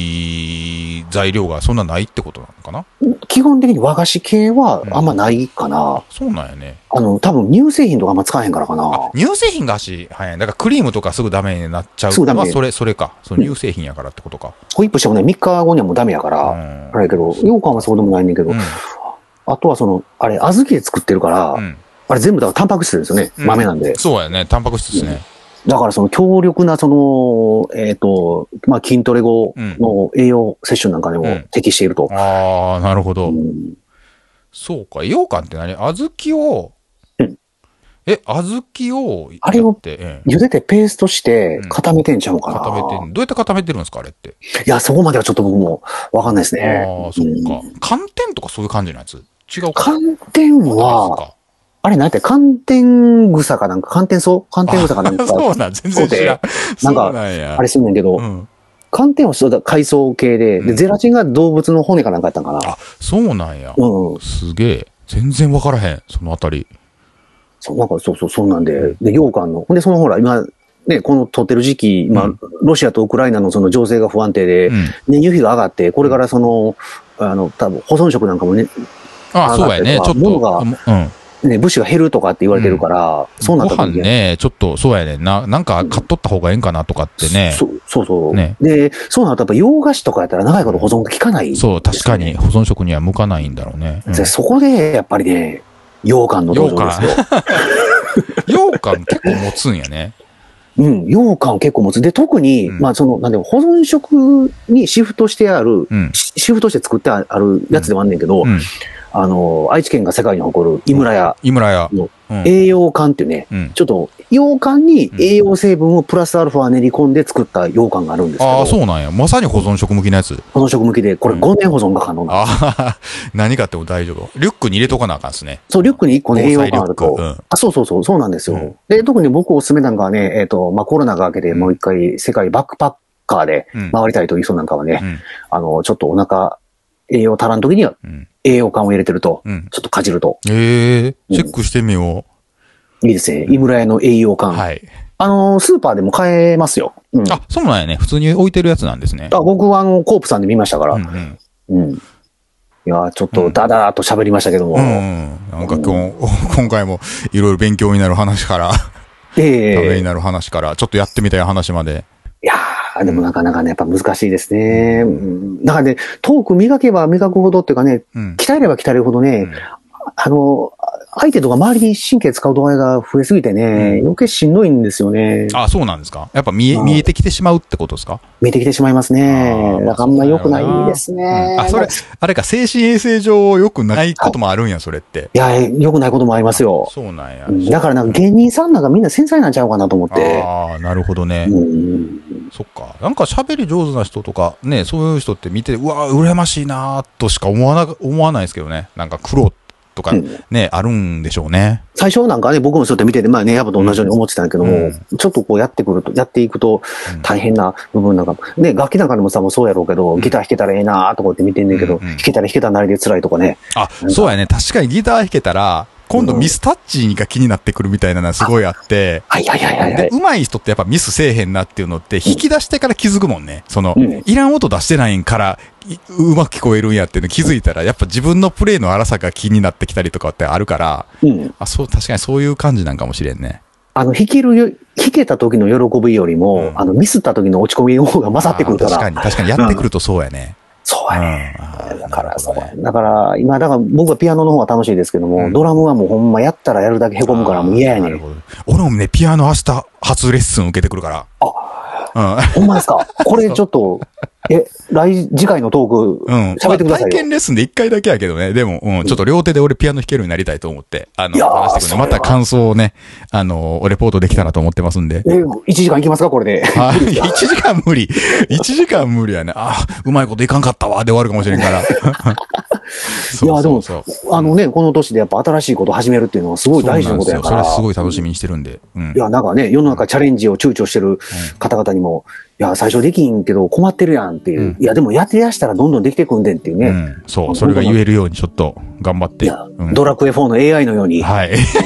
B: いい材料がそんなないってことなのかな
A: 基本的に和菓子系はあんまないかな。
B: そうなんやね。
A: あの、多分乳製品とかあんま使えへんからかな。
B: 乳製品が足早い。だからクリームとかすぐダメになっちゃう。
A: すぐダメ
B: まあ、それ、それか。その乳製品やからってことか。
A: ホイップしてもね、3日後にはもうダメやか
B: う
A: ら、
B: ん
A: あれやけど、羊羹はそうでもないねんけど、
B: うん
A: あとはその、あれ、小豆で作ってるから、
B: うん
A: あれ全部だからタンパク質ですよね。
B: うん
A: 豆なんで。
B: そうやね。タンパク質ですね。
A: だからその強力な、その、えっ、と、まあ、筋トレ後の栄養摂取なんかで
B: う
A: も
B: ん
A: 適していると。
B: ああ、なるほ
A: う
B: ど。
A: ん
B: そうか。羊羹って何小豆を
A: うん、
B: え、小豆をやって、
A: あれを
B: ええ
A: 茹でてペーストして
B: うん
A: 固めてんちゃうかな。
B: 固めてんどうやって固めてるんですかあれって。
A: いや、そこまではちょっと僕もわかんないです
B: あ
A: ね。
B: あー、そっか。寒天とかそういう感じのやつ違うか。
A: 寒天
B: そう
A: は、
B: か
A: あれなんて寒天草かなんか、寒天草寒天草かなんか、
B: そうなん、全然知らん。そ
A: な
B: うん
A: か
B: なんや。
A: あれすんねんけど、
B: うん。
A: 寒天はそうだ、海藻系で、
B: う
A: で、
B: ん
A: ゼラチンが動物の骨かなんかやったんかな。
B: あ、そうなんや。
A: うん。
B: すげえ。全然わからへん、そのあたり。
A: そう、なんかそうそう、そうなんで、で、羊羹の、ほんで、そのほら、今、ね、この撮ってる時期、まあ、
B: うん
A: ロシアとウクライナのその情勢が不安定で、
B: うん。
A: ね、油費が上がって、これからその、あの、多分保存食なんかもね、
B: あ、そうやね。ちょっと。
A: 物が
B: うん。
A: ね、物資が減るとかって言われてるから、そうな
B: ご
A: った
B: 飯
A: 時に
B: ね、ちょっと、そうやねんな。なんか買っとった方がええんかなとかってね。
A: そそうそう、
B: ね
A: で、そうなるとやっぱ洋菓子とかやったら長いこと保存が効かない、
B: そう、確かに。保存食には向かないんだろうね。うん
A: で。そこで、やっぱりね、羊羹の登場ですよ。
B: 羊羹結構持つんやね。
A: うん、羊羹を結構持つ。で、特に、
B: うん
A: まあ、その、なんでも、保存食にシフトしてある、
B: うん。
A: シシフトして作ってあるやつではあんねんけど、
B: うん。
A: あの、愛知県が世界に誇る井村屋、
B: 井村屋。
A: の
B: うん。
A: 栄養缶っていうね、
B: うん
A: ちょっと、羊羹に栄養成分をプラスアルファ練り込んで作った羊羹があるんですけど、
B: ああ、そうなんや。まさに保存食向きのやつ。
A: 保存食向きで、これ
B: うん
A: 5年保存が可能なの、
B: ああ、何買っても大丈夫。リュックに入れとかなあかんっすね。
A: そう、リュックに1個ね、栄養
B: リュ
A: 感あ
B: ッ
A: る
B: ク。
A: と、
B: うん。
A: あ、そうそうそう、そうなんですよ。
B: うん
A: で、特に僕おすすめなんかはね、えっ、と、まあ、コロナが明けて、もう一回世界バックパッカーで
B: うん。
A: 回りたいという人なんかはね、
B: うん
A: あの、ちょっとお腹、栄養足らん時には
B: うん。
A: 栄養感を入れてると、
B: うん。
A: ちょっとかじると、
B: ええ
A: うん
B: チェックしてみよ
A: いいですね。井村屋の栄養
B: う。
A: 感。
B: はい。
A: あの、スーパーでも買えますよ。うん。あ
B: あ、そうなんやね。普通に置いてるやつなんですね。
A: 僕はあの、コープさんで見ましたから。
B: う
A: うんん。
B: うん。
A: いや、ちょっとダダーっと喋りましたけども。
B: うんうん。なんか今日、 今回もいろいろ勉強になる話から、
A: ええ
B: ためになる話から、ちょっとやってみたい話まで。
A: いやー、でもなかなかね、やっぱ難しいですね。うん。だからね、トーク磨けば磨くほどっていうかね、
B: うん。
A: 鍛えれば鍛えるほどね、あの、相手とか周りに神経使う度合いが増えすぎてね、余計しんどいんですよね。
B: あ、そうなんですかやっぱ見え、
A: うん
B: 見えてきてしまうってことですか
A: 見えてきてしまいます
B: あ
A: ね。
B: ー
A: だからあんま良くないですね。
B: あ、それ、あれか、精神衛生上良くないこともあるんや、それって。
A: いや、良くないこともありますよ。
B: そうなんや
A: う。んだからなんか芸人さんなんかみんな繊細なんちゃうかなと思って。
B: ああ、なるほどね。
A: うん
B: そっか。なんか喋り上手な人とか、ね、そういう人って見て、うわー、羨ましいなーとしか思わな、思わないですけどね。なんか苦労とか
A: う
B: ね、あるんでしょうね。
A: 最初なんかね、僕もそうやって見てて、まあね、やっぱと同じように思ってたんだけども、
B: う
A: ちょっとこうやってくると、やっていくと
B: うん
A: 大変な部分なんか、ね、楽器なんかでもさ、もうそうやろうけど、ギター弾けたらええなーとかって見てんねんけど、
B: うんうん
A: 弾けたら弾けたなりで辛いとかね。
B: あ、そうやね。確かにギター弾けたら、今度ミスタッチが気になってくるみたいなのはすごいあって、
A: はいはいはいはいは
B: で
A: い、。
B: 上手い人ってやっぱミスせえへんなっていうのって引き出してから気づくもんね。その
A: うん、
B: いらん音出してないんから、いうまく聞こえるんやっていうの気づいたら、やっぱ自分のプレイの荒さが気になってきたりとかってあるから、
A: うん。
B: あ、そう、確かにそういう感じなんかもしれんね。
A: あの、弾けるよ、弾けた時の喜びよりも、
B: うん
A: あの、ミスった時の落ち込みの方が勝ってくるか。
B: あー確からに、確かにやってくるとそう やね。
A: そう
B: う
A: や
B: ん。
A: ね。
B: あー
A: だから、そう
B: なるほどね
A: だから、今、だから僕はピアノの方が楽しいですけども、
B: うん
A: ドラムはもうほんまやったらやるだけ凹むからもう嫌やね
B: あーなる
A: ん。
B: ほど俺もね、ピアノ明日初レッスン受けてくるから。うん。
A: ほんまです かこれちょっと、え、来、次回のトーク、
B: うん。
A: 喋ってくださいよ
B: まあ体験レッスンで一回だけやけどね。でも、うん、ちょっと両手で俺ピアノ弾けるようになりたいと思って、あの、
A: いやー
B: 話してくるんで
A: それは
B: また感想をね、あの、レポートできたらと思ってますんで。
A: え、1時間いきますかこれで。
B: はい。1時間無理。1時間無理やね。あー、うまいこといかんかったわ。で終わるかもしれんから。そう
A: いやでも
B: そうそう
A: あのね、この年でやっぱ新しいことを始めるっていうのはすごい大事なことやか
B: そう
A: ら。
B: なんですよそれはすごい楽しみにしてるんで。うん
A: い。や、なんかね、世の中チャレンジを躊躇してる方々にも、いや、最初できんけど困ってるやんっていう。
B: う
A: いや、でもやってやしたらどんどんできてくんでんっていう
B: う
A: ね。
B: ん。そう、それが言えるようにちょっと頑張っ
A: い
B: て。
A: や
B: うん、
A: ドラクエ4の AI のように。
B: はい。
A: 進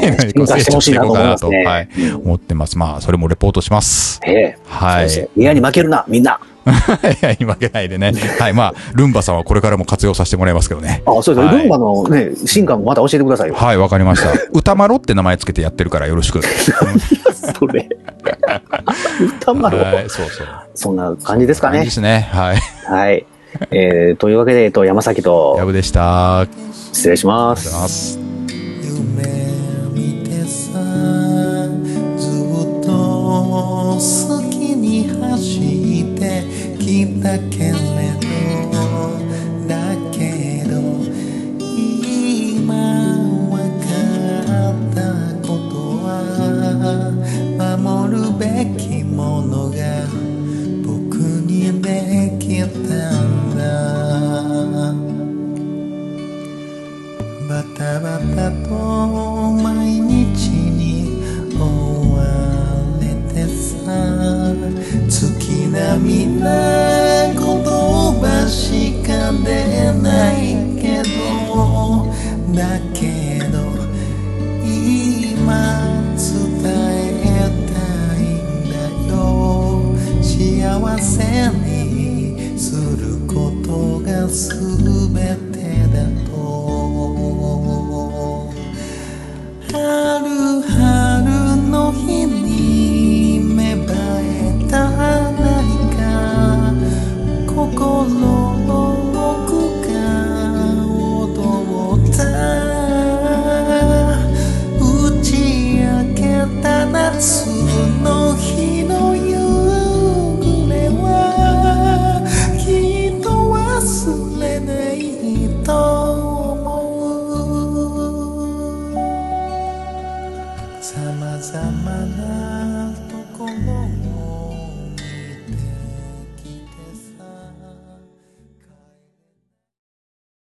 A: 化してほしいなと思いますね
B: はい。思ってます。まあ、それもレポートします。
A: ええ。
B: は
A: そう
B: い
A: で。すね嫌に負けるな、みんな。
B: いや、今けないでね。はい。まあ、ルンバさんはこれからも活用させてもらいますけどね。
A: あ、そうですね。
B: はい
A: ルンバのね、進化もまた教えてくださいよ。
B: はい、わかりました。歌まろって名前つけてやってるからよろしく。
A: そ れ。歌丸、
B: はい、そうそう。
A: そんな感じですか
B: いい
A: ね
B: で。すね。はい。
A: はい。えー、というわけで、えっと、山崎
B: や
A: と、
B: ぶでした。ありがとう
A: 失礼します
B: ござい。ます。
C: 夢見てさずっと好きに走ってきたけれどだけど今わかったことは守るべきものが僕にできたんだバタバタと毎日に追われてさ月並みな言葉しか出ないけどだけど今伝えたいんだよ幸せにすることが全てだと様なところに